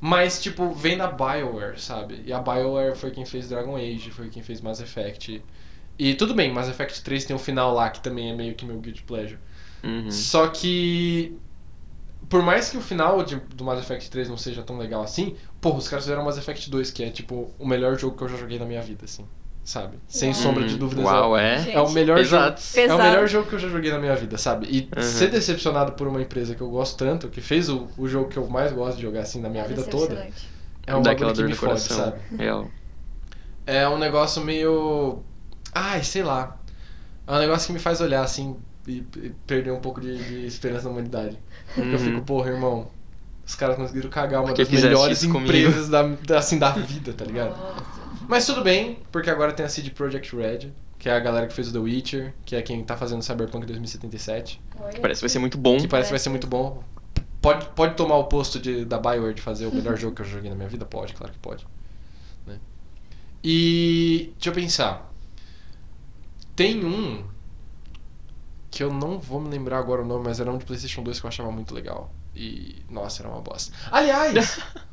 S2: Mas, tipo, vem da Bioware, sabe? E a Bioware foi quem fez Dragon Age, foi quem fez Mass Effect. E tudo bem, Mass Effect 3 tem um final lá que também é meio que meu guilty pleasure.
S3: Uhum.
S2: Só que. Por mais que o final de- do Mass Effect 3 não seja tão legal assim, porra, os caras fizeram Mass Effect 2, que é tipo o melhor jogo que eu já joguei na minha vida, assim. Sabe? Sem
S1: Uau.
S2: sombra de dúvidas. é-
S3: Hum, Uau, é?
S1: Gente,
S2: É o melhor jogo.
S3: Exato.
S2: É o
S1: Pesado.
S2: melhor jogo que eu já joguei na minha vida, sabe? E
S3: Uhum.
S2: ser decepcionado por uma empresa que eu gosto tanto, que fez o, o jogo que eu mais gosto de jogar assim na minha vida toda,
S1: Decepcionante.
S2: é um
S3: Dá
S2: bagulho
S3: aquela
S2: que
S3: dor
S2: me
S3: no
S2: fode,
S3: coração.
S2: sabe?
S3: Real.
S2: É um negócio meio. Ai, sei lá. É um negócio que me faz olhar assim e, e perder um pouco de, de esperança na humanidade. Porque eu
S3: Uhum.
S2: fico, porra, irmão, os caras conseguiram cagar uma
S3: Por que
S2: das
S3: fizeste
S2: melhores
S3: isso comigo?
S2: empresas da, da- assim, da vida, tá ligado?
S1: Uhum. Nossa.
S2: Mas tudo bem, porque agora tem a CD Projekt Red, que é a galera que fez o The Witcher, que é quem tá fazendo Cyberpunk 2077,
S1: Olha.
S3: Parece que vai ser muito bom.
S2: que parece que vai ser muito bom. Pode, pode tomar o posto de, da Bioware de fazer o melhor jogo que eu joguei na minha vida? Pode, claro que pode. né? E deixa eu pensar. Tem um que eu não vou me lembrar agora o nome, mas era um de PlayStation 2 que eu achava muito legal. E nossa, era uma bosta. Aliás, deixa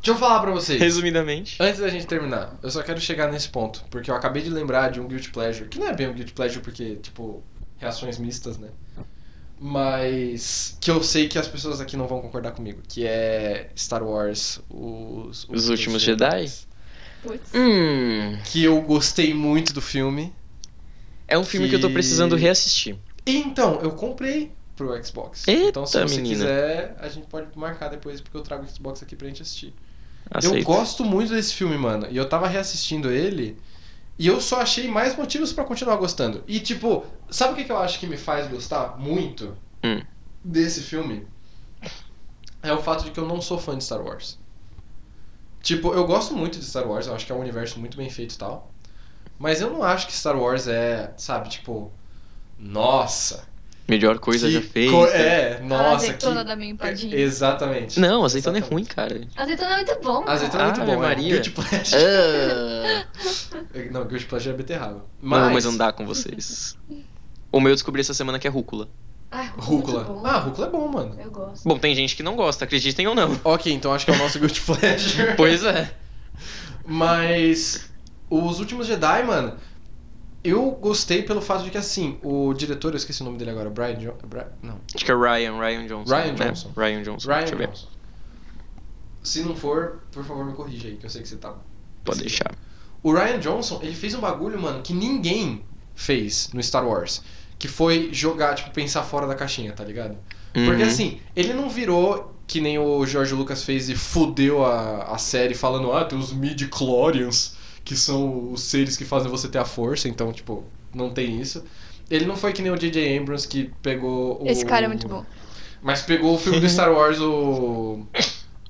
S2: Deixa eu falar pra vocês.
S3: Resumidamente.
S2: Antes da gente terminar, eu só quero chegar nesse ponto, porque eu acabei de lembrar de um Guilty Pleasure, que não é bem um Guilty Pleasure porque, tipo, reações mistas, né? Mas que eu sei que as pessoas aqui não vão concordar comigo, que é Star Wars, os,
S3: Os Últimos Jedi?
S1: Putz.
S3: Hum.
S2: Que eu gostei muito do filme.
S3: É um filme que... eu tô
S2: Que-
S3: precisando reassistir.
S2: E então, eu comprei pro Xbox.
S3: Eita,
S2: então, se você
S3: menina.
S2: quiser, a gente pode marcar depois, porque eu trago o Xbox aqui pra gente assistir. Eu
S3: Aceito.
S2: gosto muito desse filme, mano. E eu tava reassistindo ele e eu só achei mais motivos pra continuar gostando. E tipo, sabe o que que eu acho que me faz gostar muito
S3: Hum.
S2: desse filme? É o fato de que eu não sou fã de Star Wars. Tipo, eu gosto muito de Star Wars, eu acho que é um universo muito bem feito e tal. Mas eu não acho que Star Wars é, sabe, tipo, nossa.
S3: Melhor coisa
S2: que
S3: já feita.
S2: co- É,
S1: Ah, a
S2: nossa, que
S1: azeitona da minha
S3: É,
S1: empadinha.
S2: Exatamente.
S3: Não, azeitona é
S2: Exatamente.
S3: ruim, cara.
S1: Azeitona é muito bom. cara.
S2: Azeitona é muito
S3: Ave
S2: bom, é.
S3: Maria.
S2: Guilty Pleasure.
S3: Ah.
S2: Não, Guilty Pleasure é beterraba.
S3: Mas... mas não dá com vocês. O meu eu descobri essa semana que é rúcula.
S1: Ai,
S2: Rúcula.
S1: muito bom.
S2: Ah, rúcula é bom, mano.
S1: Eu gosto.
S3: Bom, tem gente que não gosta, acreditem ou não.
S2: Ok, então acho que é o nosso Guilty Pleasure.
S3: Pois é.
S2: Mas os últimos Jedi, mano, eu gostei pelo fato de que assim, o diretor, eu esqueci o nome dele agora, Brian Johnson. Não.
S3: Acho que é Ryan, Ryan Johnson.
S2: Ryan
S3: né?
S2: Johnson.
S3: Ryan Johnson. Deixa
S2: Ryan
S3: eu ver.
S2: Johnson. Se não for, por favor, me corrija aí, que eu sei que você tá.
S3: Pode deixar.
S2: O Ryan Johnson, ele fez um bagulho, mano, que ninguém fez no Star Wars. Que foi jogar, tipo, pensar fora da caixinha, tá ligado? Porque
S3: Uhum.
S2: assim, ele não virou que nem o George Lucas fez e fudeu a, a série falando, ah, tem os midi-chlorians, que são os seres que fazem você ter a força, então, tipo, não tem isso. Ele não foi que nem o J.J. Abrams que pegou o...
S1: Esse cara é muito bom.
S2: Mas pegou o filme do Star Wars, o...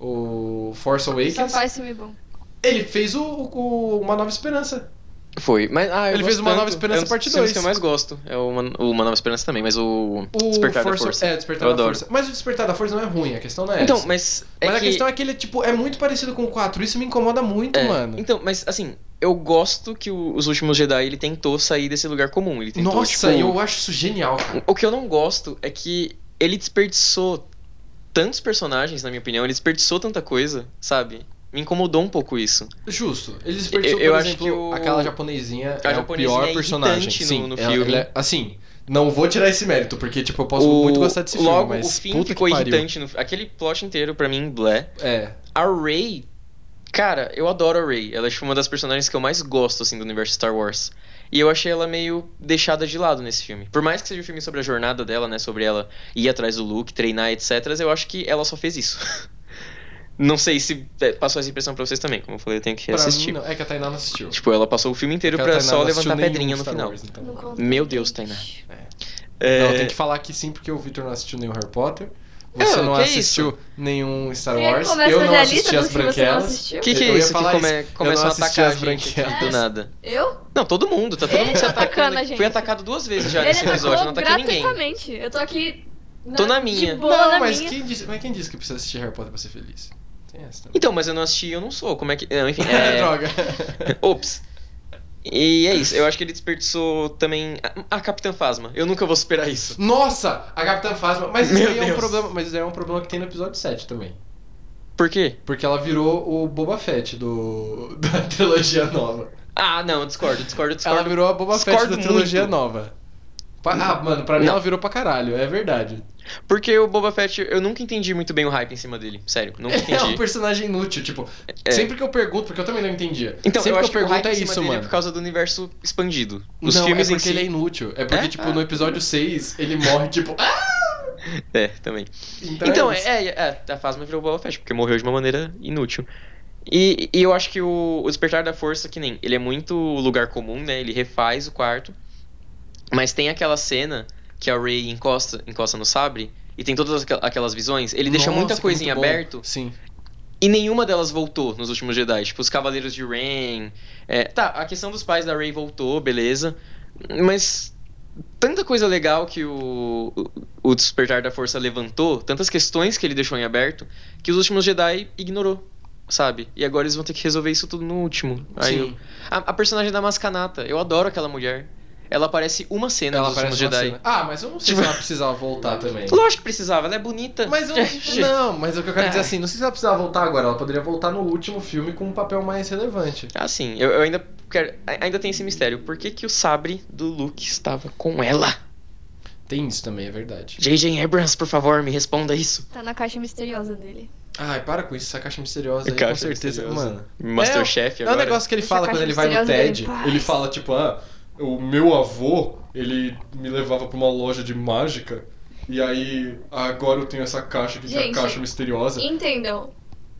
S2: o Force
S1: Só
S2: Awakens.
S1: faz filme bom.
S2: Ele fez o, o- Uma Nova Esperança.
S3: Foi. Mas, ah,
S2: Ele
S3: eu gosto
S2: fez Uma
S3: tanto.
S2: Nova Esperança
S3: é um dos
S2: parte
S3: filmes
S2: dois.
S3: que eu mais gosto. É o Uma, o Uma Nova Esperança também, mas o,
S2: O
S3: Despertar
S2: Force-
S3: da Força.
S2: É, Despertar
S3: Eu
S2: da
S3: adoro.
S2: Força. Mas o Despertar da Força não é ruim, a questão não é
S3: Então,
S2: essa.
S3: mas... é
S2: Mas a
S3: que-
S2: questão é que ele, tipo, é muito parecido com o 4. Isso me incomoda muito,
S3: É,
S2: mano.
S3: Então, mas assim, eu gosto que o- os últimos Jedi ele tentou sair desse lugar comum. Ele tentou,
S2: Nossa,
S3: tipo,
S2: eu acho isso genial, cara.
S3: O que eu não gosto é que ele desperdiçou tantos personagens, na minha opinião, ele desperdiçou tanta coisa, sabe? Me incomodou um pouco isso.
S2: Justo. Ele desperdiçou,
S3: Eu- eu
S2: por
S3: acho
S2: exemplo,
S3: que o-
S2: aquela japonesinha
S3: Aquela
S2: é
S3: japonesinha
S2: o
S3: é
S2: pior personagem.
S3: irritante no-
S2: Sim,
S3: no
S2: ela-
S3: filme.
S2: ela é- assim, não vou tirar esse mérito, porque, tipo, eu posso muito gostar desse filme,
S3: logo,
S2: mas
S3: o fim
S2: puta
S3: ficou
S2: que pariu.
S3: irritante. no- aquele plot inteiro, pra mim, blé.
S2: É.
S3: A Rey, cara, eu adoro a Rey. Ela é tipo, uma das personagens que eu mais gosto, assim, do universo Star Wars. E eu achei ela meio deixada de lado nesse filme. Por mais que seja um filme sobre a jornada dela, né? Sobre ela ir atrás do Luke, treinar, etc. Eu acho que ela só fez isso. Não sei se é, passou essa impressão pra vocês também. Como eu falei, eu tenho que
S2: Pra
S3: assistir.
S2: mim, não. É que a Tainá não assistiu.
S3: Tipo, ela passou o filme inteiro
S2: Porque a
S3: pra
S2: Tainá
S3: só
S2: não assistiu
S3: levantar
S2: nenhum
S3: pedrinha no
S2: Star
S3: final.
S2: Wars, então.
S1: Não
S2: Não,
S1: conta.
S3: Meu Deus, Tainá.
S2: eu
S3: É,
S2: tenho que falar que sim, porque o Victor não assistiu nenhum Harry Potter.
S3: É,
S2: Você não
S3: que
S2: assistiu nenhum Star
S1: E aí
S2: Wars.
S1: começa
S2: Eu
S1: a
S2: não
S1: fazer a
S2: assisti
S1: lista
S2: as
S1: dos que você não
S2: branquelas.
S1: assistiu.
S3: que, que
S2: Eu
S3: é
S2: ia
S3: isso que
S2: falar
S3: come-
S2: isso. Eu não
S3: começam a
S2: assisti
S3: atacar
S2: as
S3: a gente
S2: branquelas.
S3: aqui do nada?
S1: Eu?
S3: Não, todo mundo, tá todo mundo
S1: Ele
S3: se
S1: tá
S3: atacando.
S1: atacando a
S3: aqui.
S1: gente.
S3: Fui atacado duas vezes já
S1: Ele
S3: nesse episódio,
S1: atacou
S3: não ataquei ninguém.
S1: gratuitamente. Eu tô aqui. Na,
S3: Tô na minha.
S1: De boa na
S2: mas,
S1: minha.
S2: Quem disse, mas quem disse que precisa assistir Harry Potter pra ser feliz? Tem essa também.
S3: Então, mas eu não assisti, eu não sou. Como é que. Não, enfim. É...
S2: Droga.
S3: Ops. E é isso, eu acho que ele desperdiçou também a, a Capitã Fasma. Eu nunca vou superar isso.
S2: Nossa, a Capitã Fasma. Mas isso
S3: Meu
S2: aí é um
S3: Deus.
S2: problema. Mas isso aí é um problema que tem no episódio 7 também.
S3: Por quê?
S2: Porque ela virou o Boba Fett do. da trilogia nova.
S3: Ah, não, eu discordo, discordo, discordo.
S2: Ela virou a Boba Fett
S3: discordo
S2: da trilogia
S3: muito.
S2: nova. Pa- Ah, mano, pra mim
S3: Não.
S2: ela virou pra caralho, é verdade.
S3: Porque o Boba Fett, eu nunca entendi muito bem o hype em cima dele. Sério, nunca
S2: É um
S3: entendi.
S2: personagem inútil, tipo.
S3: É.
S2: Sempre que eu pergunto, porque eu também não entendia.
S3: Então,
S2: sempre
S3: eu acho
S2: que
S3: que
S2: eu
S3: o
S2: pergunto
S3: hype
S2: é
S3: em cima
S2: isso,
S3: dele é
S2: mano.
S3: por causa do universo expandido. Os
S2: não,
S3: filmes
S2: é
S3: em
S2: porque
S3: si...
S2: ele é inútil. É porque,
S3: É?
S2: tipo, no episódio 6 ele morre, tipo. Ah!
S3: É, também.
S2: Então,
S3: Então,
S2: isso.
S3: é, é, é, a Fasma virou Boba Fett, porque morreu de uma maneira inútil. E, e eu acho que o, o Despertar da Força, que nem, ele é muito lugar comum, né? Ele refaz o quarto. Mas tem aquela cena que a Rey encosta, encosta no sabre e tem todas aquel- aquelas visões. Ele deixa
S2: Nossa,
S3: muita
S2: que é
S3: coisa em
S2: muito bom.
S3: aberto
S2: Sim.
S3: e nenhuma delas voltou nos últimos Jedi. Tipo, os Cavaleiros de Ren. é, tá, a questão dos pais da Rey voltou, beleza. Mas tanta coisa legal que o, o Despertar da Força levantou, tantas questões que ele deixou em aberto, que os últimos Jedi ignorou, sabe? E agora eles vão ter que resolver isso tudo no último. Aí eu-
S2: Sim.
S3: a, a personagem da Mascanata, eu adoro aquela mulher. Ela aparece uma cena
S2: Ela
S3: nos últimos
S2: aparece uma
S3: Jedi.
S2: cena. Ah, mas eu não sei
S3: Tipo-
S2: se ela precisava voltar também.
S3: Lógico que precisava, ela é bonita.
S2: Mas eu, não, mas o que eu quero
S3: É.
S2: dizer assim, não sei se ela precisava voltar agora, ela poderia voltar no último filme com um papel mais relevante.
S3: Assim, eu, eu ainda quero. a- Ainda tem esse mistério. Por que, que o sabre do Luke estava com ela?
S2: Tem isso também, é verdade.
S3: J.J. Abrams, por favor, me responda isso.
S1: Tá na caixa misteriosa dele.
S2: Ai, para com isso, essa caixa misteriosa aí,
S3: Caixa
S2: com certeza,
S3: misteriosa.
S2: mano.
S3: é Masterchef
S2: é,
S3: agora.
S2: É um negócio que ele
S1: Deixa
S2: fala
S1: a
S2: quando
S1: caixa
S2: ele vai no
S1: misteriosa é
S2: TED.
S1: dele em paz.
S2: Ele fala, tipo, ah, o meu avô, ele me levava pra uma loja de mágica, e aí agora eu tenho essa caixa que é a
S1: Gente,
S2: caixa misteriosa.
S1: Entendam,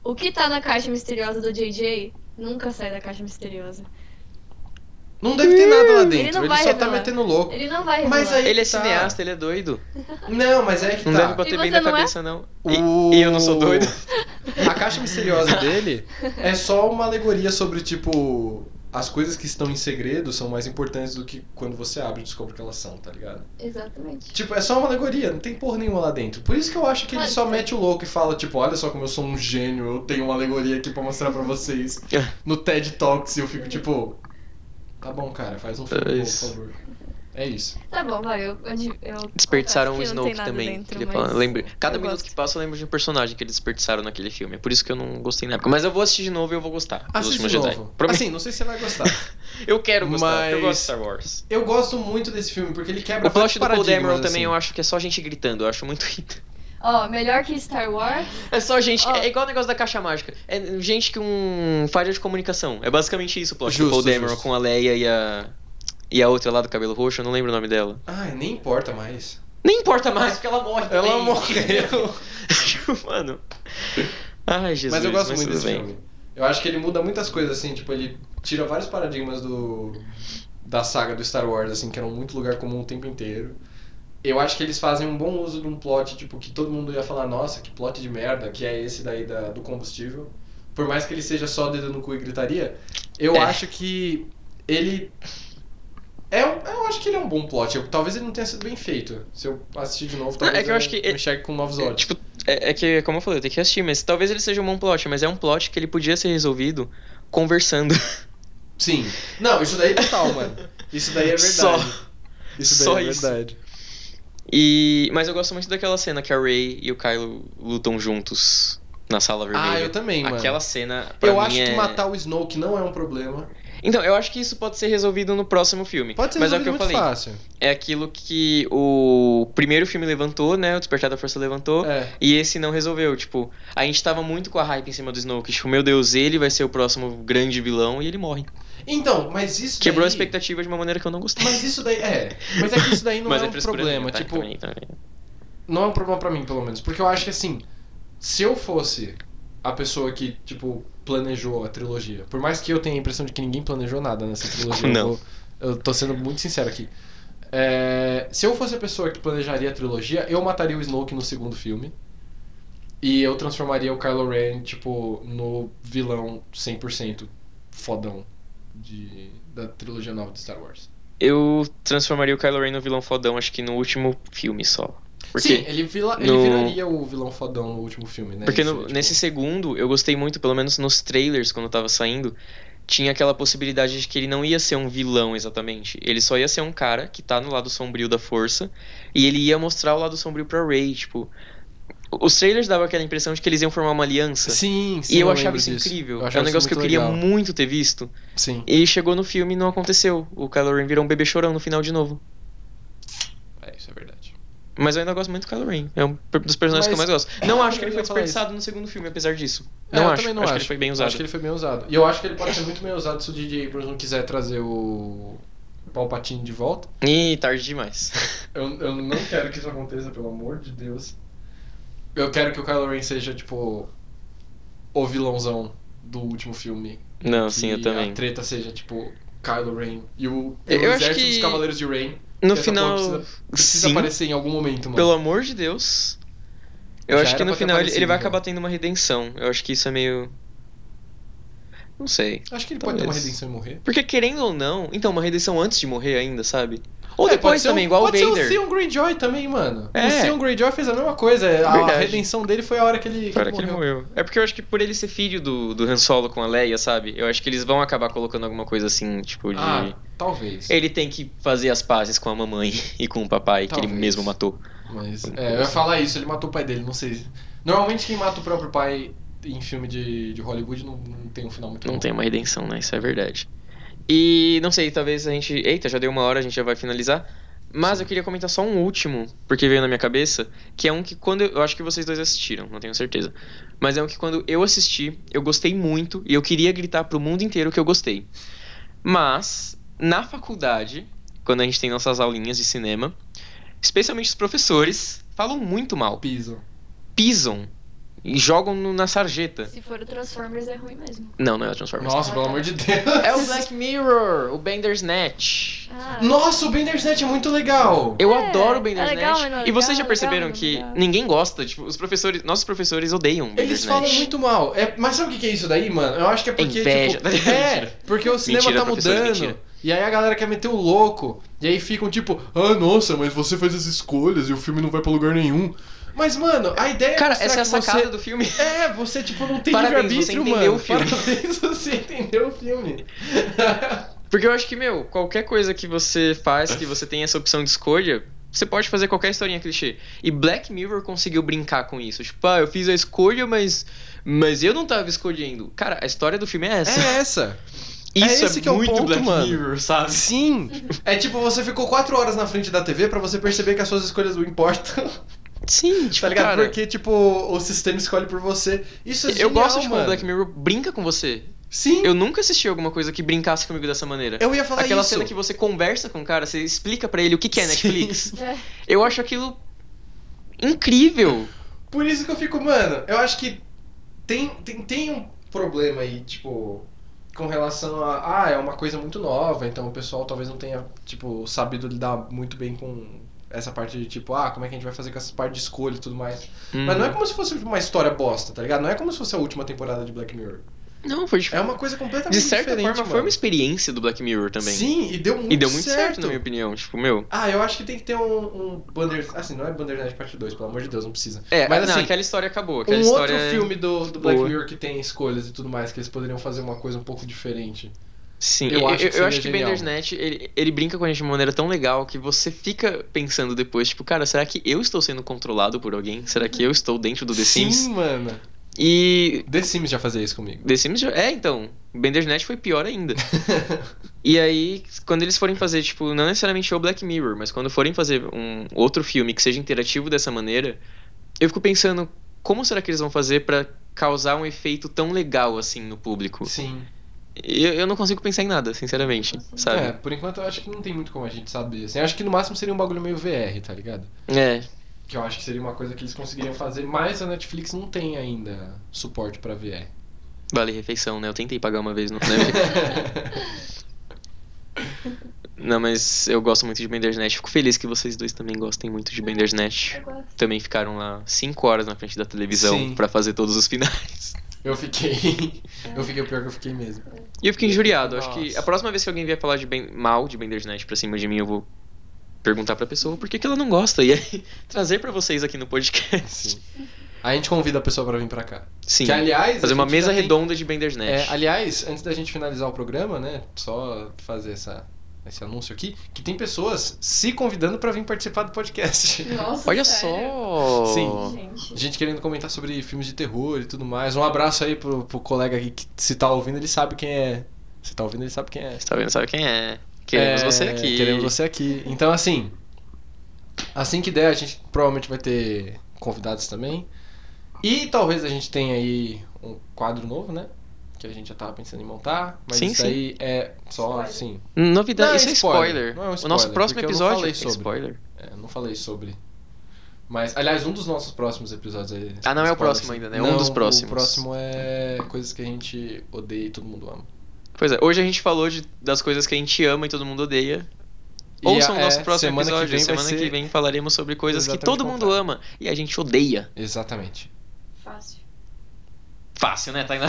S1: o que tá na caixa misteriosa do JJ nunca sai da caixa misteriosa.
S2: Não deve ter nada lá dentro,
S1: Ele
S2: ele,
S1: não vai
S2: só tá
S1: revelar.
S2: metendo louco.
S1: Ele não vai
S2: Mas
S1: revelar.
S2: aí-
S3: Ele é
S2: Tá.
S3: cineasta, ele é doido.
S2: Não, mas é que
S3: Não
S2: tá.
S3: deve
S1: E
S3: bater
S1: você
S3: bem na
S1: não é?
S3: cabeça, não.
S2: O-
S3: E, e eu não sou doido.
S2: A caixa misteriosa dele é só uma alegoria sobre, tipo, as coisas que estão em segredo são mais importantes do que quando você abre e descobre que elas são, tá ligado?
S1: Exatamente.
S2: Tipo, é só uma alegoria, não tem porra nenhuma lá dentro. Por isso que eu acho que ele
S1: Pode
S2: só
S1: ser.
S2: mete o louco e fala, tipo, olha só como eu sou um gênio, eu tenho uma alegoria aqui pra mostrar pra vocês
S3: É.
S2: no TED Talks e eu fico, tipo, tá bom, cara, faz um filme,
S3: É
S2: bom, por
S3: isso.
S2: favor. É isso.
S1: Tá bom, vai, eu, eu- eu
S3: Desperdiçaram o
S1: confesso que Ah, não tem nada
S3: Snoke também.
S1: dentro,
S3: Ele
S1: mas-
S3: fala- lembra- Cada
S1: eu
S3: minuto
S1: gosto.
S3: que passa eu lembro de um personagem que eles desperdiçaram naquele filme. É por isso que eu não gostei na época. Mas eu vou assistir de novo e eu vou gostar. dos
S2: Assiste
S3: últimos
S2: de
S3: Jedi.
S2: novo.
S3: Prometo.
S2: Assim, não sei se você vai gostar.
S3: eu quero gostar, porque eu
S2: mas-
S3: gosto de Star Wars.
S2: Eu gosto muito desse filme, porque ele quebra
S3: O plot
S2: vários
S3: do Paul
S2: paradigmas,
S3: Dameron também
S2: assim.
S3: eu acho que é só gente gritando. Eu acho muito irritante.
S1: Ó, melhor que Star Wars.
S3: É só gente.
S1: Ó.
S2: Ah.
S3: É igual o negócio da caixa mágica. É gente que um falha de comunicação. É basicamente isso o plot
S2: Justo,
S3: do Paul Dameron
S2: justo.
S3: com a Leia e a. E a outra lá do cabelo roxo, eu não lembro o nome dela.
S2: Ai, nem importa mais.
S3: Nem importa mais, porque ela morre.
S2: Ela
S3: também.
S2: morreu.
S3: Mano. Ai, Jesus.
S2: mas eu gosto muito
S3: tudo
S2: desse
S3: bem.
S2: filme. Eu acho que ele muda muitas coisas, assim, tipo, ele tira vários paradigmas do da saga do Star Wars, assim, que eram muito lugar comum o tempo inteiro. Eu acho que eles fazem um bom uso de um plot, tipo, que todo mundo ia falar, nossa, que plot de merda, que é esse daí da, do combustível. Por mais que ele seja só dedo no cu e gritaria, eu
S3: É.
S2: acho que ele. É, um- eu acho que ele é um bom plot. Eu- talvez ele não tenha sido bem feito. Se eu assistir de novo, talvez
S3: é que eu acho que-
S2: eu enxergue com novos
S3: É,
S2: olhos.
S3: tipo, é, é que, como eu falei, eu tenho que assistir, mas talvez ele seja um bom plot, mas é um plot que ele podia ser resolvido conversando.
S2: Sim. Não, isso daí é total, mano. Isso daí é verdade.
S3: Só.
S2: Isso daí
S3: Só
S2: é
S3: isso.
S2: verdade.
S3: E. Mas eu gosto muito daquela cena que a Ray e o Kylo lutam juntos na sala vermelha.
S2: Ah, eu também, mano.
S3: Aquela cena. Pra
S2: Eu
S3: mim,
S2: acho que
S3: é-
S2: matar o Snoke não é um problema.
S3: Então, eu acho que isso pode ser resolvido no próximo filme.
S2: Pode ser
S3: Mas é o
S2: resolvido
S3: que eu
S2: muito
S3: falei.
S2: fácil.
S3: É aquilo que o primeiro filme levantou, né? O Despertar da Força levantou.
S2: É.
S3: E esse não resolveu, tipo, a gente tava muito com a hype em cima do Snoke, tipo, meu Deus, ele vai ser o próximo grande vilão e ele morre.
S2: Então, mas isso
S3: Quebrou a
S2: daí...
S3: expectativa de uma maneira que eu não gostei.
S2: Mas isso daí, é. Mas é que isso daí não
S3: Mas
S2: é um
S3: frescura
S2: problema.
S3: minha, tá?
S2: tipo,
S3: Também, também.
S2: não é um problema pra mim, pelo menos. Porque eu acho que, assim, se eu fosse a pessoa que, tipo, planejou a trilogia, por mais que eu tenha a impressão de que ninguém planejou nada nessa trilogia,
S3: Não.
S2: Eu, vou- eu tô sendo muito sincero aqui. É, se eu fosse a pessoa que planejaria a trilogia, eu mataria o Snoke no segundo filme. E eu transformaria o Kylo Ren, tipo, no vilão 100% fodão de, da trilogia nova de Star Wars.
S3: Eu transformaria o Kylo Ren no vilão fodão, acho que no último filme só. Porque,
S2: Sim, ele, vila, ele
S3: no-
S2: viraria o vilão fodão no último filme, né?
S3: porque
S2: Isso,
S3: no-
S2: tipo-
S3: nesse segundo, eu gostei muito, pelo menos nos trailers, quando tava saindo, tinha aquela possibilidade de que ele não ia ser um vilão exatamente. Ele só ia ser um cara que tá no lado sombrio da força, e ele ia mostrar o lado sombrio pra Rey, tipo... Os trailers davam aquela impressão de que eles iam formar uma aliança.
S2: Sim, sim.
S3: E eu,
S2: lembro
S3: achava isso
S2: disso.
S3: incrível.
S2: Eu
S3: é
S2: achava
S3: um
S2: isso
S3: negócio que eu queria
S2: legal.
S3: muito ter visto.
S2: Sim.
S3: E chegou no filme e não aconteceu. O Kylo Ren virou um bebê chorão no final de novo.
S2: É, isso é verdade.
S3: Mas eu ainda gosto muito do Kylo Ren. É um per- dos personagens que eu
S2: Mas-
S3: mais gosto. Não
S2: Ah,
S3: acho que ele
S2: eu
S3: foi
S2: ia falar
S3: desperdiçado no segundo filme, apesar disso.
S2: É,
S3: Não
S2: eu
S3: acho.
S2: também não
S3: acho,
S2: acho.
S3: que ele foi bem
S2: Eu
S3: usado.
S2: Acho que ele foi bem usado. E eu acho que ele pode ser muito bem usado se o DJ Abrams não quiser trazer o Palpatine de volta.
S3: Ih, tarde demais.
S2: Eu, eu não quero que isso aconteça, pelo amor de Deus. Eu quero que o Kylo Ren seja, tipo, o vilãozão do último filme. Que
S3: Não, Ah, sim, eu
S2: a
S3: também.
S2: treta seja, tipo, Kylo Ren e o, e
S3: Eu
S2: o
S3: acho
S2: exército
S3: que-
S2: dos Cavaleiros de Rain.
S3: No
S2: que essa
S3: final,
S2: porra precisa, precisa
S3: sim.
S2: aparecer em algum momento, mano.
S3: Pelo amor de Deus. Eu
S2: Já
S3: acho que
S2: era
S3: no
S2: pra ter
S3: final ele, ele
S2: aparecido, então.
S3: vai
S2: já.
S3: acabar tendo uma redenção. Eu acho que isso é meio. Não sei.
S2: Acho que ele pode ter
S3: Talvez.
S2: uma redenção e morrer.
S3: Porque querendo ou não. Então, uma redenção antes de morrer ainda, sabe? Ou
S2: É, pode
S3: depois
S2: ser um-
S3: também, igual o
S2: pode
S3: Vader.
S2: ser o Theon Greyjoy também, mano.
S3: É.
S2: O Theon Greyjoy fez a mesma coisa. A
S3: Verdade.
S2: redenção dele foi a hora que ele,
S3: Cara, que ele morreu. É porque eu acho que por ele ser filho do, do Han Solo com a Leia, sabe? Eu acho que eles vão acabar colocando alguma coisa assim, tipo de...
S2: Ah, talvez.
S3: Ele tem que fazer as pazes com a mamãe e com o papai, que
S2: Talvez.
S3: ele mesmo matou.
S2: Mas, é, eu ia falar isso, ele matou o pai dele, não sei. Normalmente quem mata o próprio pai em filme de, de Hollywood não, não tem um final muito
S3: Não
S2: bom.
S3: tem uma redenção, né? Isso é verdade. E não sei, talvez a gente. Eita, já deu uma hora, a gente já vai finalizar. Mas eu queria comentar só um último, porque veio na minha cabeça, que é um que quando. Eu, eu acho que vocês dois assistiram, não tenho certeza. Mas é um que quando eu assisti, eu gostei muito e eu queria gritar pro mundo inteiro que eu gostei. Mas, na faculdade, quando a gente tem nossas aulinhas de cinema, especialmente os professores, falam muito mal,
S2: Piso.
S3: pisam e jogam no- na sarjeta.
S1: Se for o Transformers, é ruim mesmo.
S3: Não, não é o Transformers.
S2: Nossa, pelo amor de Deus.
S3: É o Black Mirror, o Bandersnatch.
S1: Ah,
S2: Nossa, o Bandersnatch é muito legal.
S3: Eu
S1: É,
S3: adoro o
S1: é
S3: Bandersnatch.
S1: legal, mas não é
S3: e vocês já
S1: legal,
S3: perceberam
S1: legal,
S3: que
S1: não é legal.
S3: ninguém gosta, tipo, os professores, nossos professores odeiam o
S2: Eles
S3: Bandersnatch.
S2: falam muito mal. É, mas sabe o que que é isso daí, mano? Eu acho que é porque.
S3: Inveja. tá
S2: Tipo, é, porque o cinema
S3: Mentira,
S2: tá
S3: professores,
S2: mudando.
S3: mentira.
S2: E aí a galera quer meter o louco. E aí ficam tipo, ah, nossa, mas você fez as escolhas e o filme não vai pra lugar nenhum. Mas, mano, a ideia
S3: Cara,
S2: é mostrar
S3: essa é a
S2: que
S3: sacada
S2: você...
S3: do filme.
S2: É, você, tipo, não tem
S3: Parabéns, você
S2: livre-arbítrio,
S3: entendeu
S2: mano.
S3: o filme.
S2: Parabéns, você entendeu o filme.
S3: Porque eu acho que, meu, qualquer coisa que você faz, que você tem essa opção de escolha, você pode fazer qualquer historinha clichê. E Black Mirror conseguiu brincar com isso. Tipo, ah, eu fiz a escolha, mas. Mas eu não tava escolhendo. Cara, a história do filme é essa.
S2: É essa.
S3: isso
S2: esse
S3: é
S2: que é o
S3: muito
S2: ponto,
S3: Black
S2: mano.
S3: Mirror, sabe?
S2: Sim. É tipo, você ficou quatro horas na frente da TV pra você perceber que as suas escolhas não importam.
S3: Sim, tipo,
S2: Tá ligado?
S3: cara,
S2: Porque, tipo, o sistema escolhe por você. Isso é
S3: eu
S2: genial,
S3: gosto de como
S2: mano.
S3: o Black Mirror brinca com você.
S2: Sim, eu,
S3: Eu nunca assisti alguma coisa que brincasse comigo dessa maneira.
S2: ia falar
S3: Aquela
S2: isso.
S3: cena que você conversa com o cara, você explica pra ele o que, que é
S2: Sim.
S3: Netflix.
S1: É.
S3: Eu acho aquilo incrível.
S2: Por isso que eu fico, mano, eu acho que tem, tem, tem um problema aí, tipo, com relação a, ah, é uma coisa muito nova, então o pessoal talvez não tenha, tipo, sabido lidar muito bem com essa parte de, tipo, ah, como é que a gente vai fazer com essa parte de escolha e tudo mais. Mas
S3: Hum. Uhum.
S2: não é como se fosse uma história bosta, tá ligado? Não é como se fosse a última temporada de Black Mirror.
S3: Não, foi dif-
S2: É uma coisa completamente
S3: De certa
S2: diferente,
S3: forma, foi uma
S2: mano.
S3: experiência do Black Mirror também.
S2: Sim, e deu muito,
S3: e deu muito certo. na minha opinião. Tipo, meu.
S2: Ah, eu acho que tem que ter um, um Bander... Assim, não é Bandersnatch parte 2, pelo amor de Deus, não precisa.
S3: É,
S2: Mas,
S3: não,
S2: assim,
S3: aquela história acabou. Aquela
S2: Um
S3: história. é
S2: outro filme do, do Black
S3: boa.
S2: Mirror que tem escolhas e tudo mais, que eles poderiam fazer uma coisa um pouco diferente.
S3: Sim,
S2: eu
S3: eu, eu,
S2: acho que
S3: acho, eu
S2: seria
S3: acho que
S2: genial.
S3: Bandersnatch ele, ele brinca com a gente de uma maneira tão legal que você fica pensando depois, tipo, cara, será que eu estou sendo controlado por alguém? Será que eu estou dentro do The
S2: Sim,
S3: Sims?
S2: mano.
S3: E
S2: The Sims já fazia isso comigo.
S3: The Sims já- É, então. Bandersnatch foi pior ainda. e aí, quando eles forem fazer, tipo, não necessariamente o Black Mirror, mas quando forem fazer um outro filme que seja interativo dessa maneira, eu fico pensando como será que eles vão fazer pra causar um efeito tão legal assim no público.
S2: Sim.
S3: E Eu, eu não consigo pensar em nada, sinceramente,
S2: É,
S3: sabe?
S2: por enquanto eu acho que não tem muito como a gente saber. Assim, eu acho que no máximo seria um bagulho meio VR, tá ligado?
S3: É.
S2: Que eu acho que seria uma coisa que eles conseguiriam fazer, mas a Netflix não tem ainda suporte pra VR.
S3: Vale refeição, né? Eu tentei pagar uma vez, não. né? não, mas eu gosto muito de Bandersnatch. Fico feliz que vocês dois também gostem muito de Bandersnatch.
S1: Eu gosto.
S3: também ficaram lá 5 horas na frente da televisão
S2: Sim.
S3: pra fazer todos os finais.
S2: Eu fiquei. Eu fiquei o pior que eu fiquei mesmo.
S3: E eu fiquei injuriado. Acho que
S2: Nossa.
S3: a próxima vez que alguém vier falar de ben- mal de Bandersnatch pra cima de mim, eu vou perguntar pra pessoa por que, que ela não gosta. E aí, trazer pra vocês aqui no podcast.
S2: Sim. A gente convida a pessoa pra vir pra cá.
S3: Sim.
S2: Que, aliás,
S3: fazer
S2: a
S3: uma
S2: gente
S3: mesa
S2: já tem-
S3: redonda de Bandersnatch.
S2: É, aliás, antes da gente finalizar o programa, né? Só fazer essa, esse anúncio aqui, que tem pessoas se convidando pra vir participar do podcast.
S1: Nossa,
S3: Olha
S1: sério?
S3: só!
S2: Sim.
S1: Gente.
S2: Gente querendo comentar sobre filmes de terror e tudo mais. Um abraço aí pro, pro colega aqui que se tá ouvindo, ele sabe quem é. Se tá ouvindo, ele sabe quem é.
S3: Você tá vendo? Sabe quem é? Queremos
S2: É,
S3: você aqui.
S2: Queremos você aqui. Então, assim, assim que der, a gente provavelmente vai ter convidados também. E talvez a gente tenha aí um quadro novo, né? Que a gente já tava pensando em montar. Mas
S3: Sim,
S2: isso
S3: sim.
S2: aí é só,
S1: Spoiler.
S2: assim...
S3: Novidade,
S2: Não, é
S3: isso é
S2: spoiler.
S3: spoiler.
S2: Não é um
S3: o
S2: spoiler,
S3: nosso próximo
S2: porque eu não
S3: episódio
S2: falei
S3: é
S2: sobre.
S3: spoiler.
S2: é, não falei sobre... Mas, aliás, um dos nossos próximos episódios é...
S3: Ah, não é o
S2: spoiler,
S3: próximo
S2: assim.
S3: ainda, né? É um
S2: Não,
S3: dos próximos.
S2: o próximo é coisas que a gente odeia e todo mundo ama.
S3: Pois é, hoje a gente falou de, das coisas que a gente ama e todo mundo odeia.
S2: E
S3: Ouçam
S2: é,
S3: o nosso próximo
S2: semana que
S3: episódio.
S2: vem vai
S3: semana
S2: ser-
S3: que vem falaremos sobre coisas que
S2: Exatamente
S3: todo
S2: o
S3: mundo
S2: contrário.
S3: ama e a gente odeia.
S2: Exatamente.
S1: Fácil.
S3: Fácil, né, Tainá?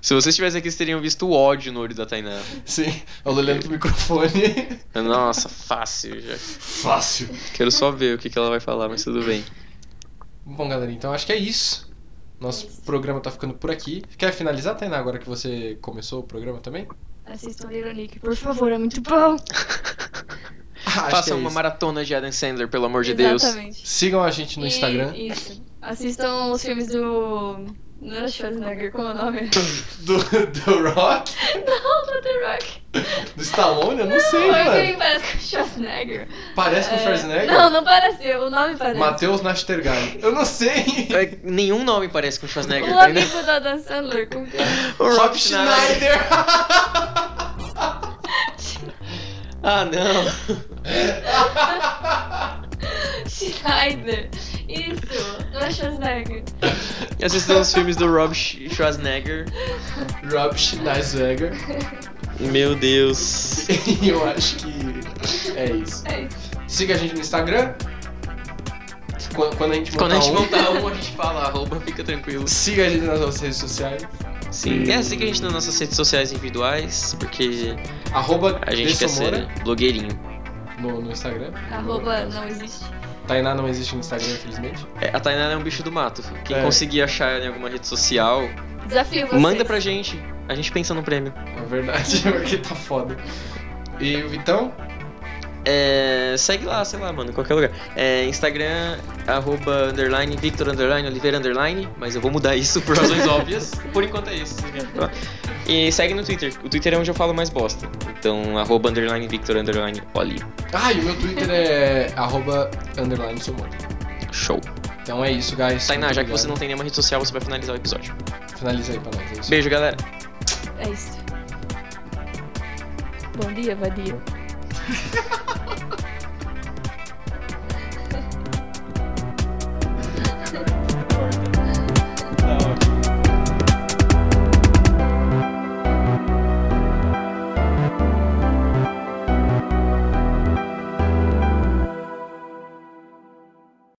S3: Se vocês estivessem aqui, vocês teriam visto o ódio no olho da Tainá.
S2: Sim, ela olhando pro microfone.
S3: Nossa, fácil. Já.
S2: Fácil.
S3: Quero só ver o que, que ela vai falar, mas tudo bem.
S2: Bom, galera, então acho que é isso. Nosso
S1: É isso.
S2: programa tá ficando por aqui. Quer finalizar, Tainá, agora que você começou o programa também?
S1: Assistam Ironic, por favor, é muito bom.
S2: Ah, acho que é
S3: Façam uma
S2: isso.
S3: maratona de Adam Sandler, pelo amor de Deus.
S1: Exatamente.
S2: Sigam a gente no
S1: E-
S2: Instagram.
S1: Isso. Assistam os filmes do. Não era Schwarzenegger, como é o nome?
S2: Do, do Rock?
S1: não, do The Rock.
S2: Do Stallone? Eu não, sei,
S1: não, é
S2: mano.
S1: quem parece com o Schwarzenegger.
S2: Parece com o
S1: É,
S2: Schwarzenegger?
S1: Não, não parece, o nome parece.
S2: Matheus Nastergaard. Eu não sei.
S3: É, nenhum nome parece com o Schwarzenegger.
S1: O
S3: tá ligado?
S1: amigo da Adam Sandler, é? com quem?
S3: O
S2: Rob
S3: Rob Schneider.
S2: Schneider.
S3: Ah, não.
S1: Schneider. Isso, não é Schwarzenegger.
S3: E Assistam os filmes do Rob Sch- Schwarzenegger.
S2: Rob Schneider.
S3: Meu Deus.
S2: E eu acho que é isso.
S1: É isso.
S2: Siga a gente no Instagram. Quando, quando a gente montar
S3: Quando a gente
S2: um,
S3: montar um, a gente fala, arroba, fica tranquilo.
S2: siga a gente nas nossas redes sociais.
S3: Sim. É, siga a gente nas nossas redes sociais individuais, porque
S2: Arroba
S3: a gente quer
S2: Dessomora
S3: ser blogueirinho.
S2: no, no Instagram.
S1: Arroba não existe.
S2: Tainá não existe no Instagram, infelizmente.
S3: É, a Tainá é um bicho do mato. Quem
S2: É.
S3: conseguir achar ela em alguma rede social,
S1: Desafio vocês.
S3: manda pra gente. A gente pensa no prêmio.
S2: É verdade, porque tá foda. E então,
S3: É, segue lá, sei lá, mano, em qualquer lugar. É, Instagram, arroba, underline, Victor, underline, Oliveira, underline. Mas eu vou mudar isso por razões óbvias. Por enquanto é isso. E segue no Twitter. O Twitter é onde eu falo mais bosta. Então, arroba, underline, Victor, underline, Oli.
S2: Ah, e o meu Twitter é arroba underline somor.
S3: Show.
S2: Então é isso, guys.
S3: Tainá,
S2: Muito
S3: já que você não
S2: obrigado.
S3: tem nenhuma rede social, você vai finalizar o episódio.
S2: Finaliza aí pra nós. É isso.
S3: Beijo, galera.
S1: É isso. Bom dia, vadia.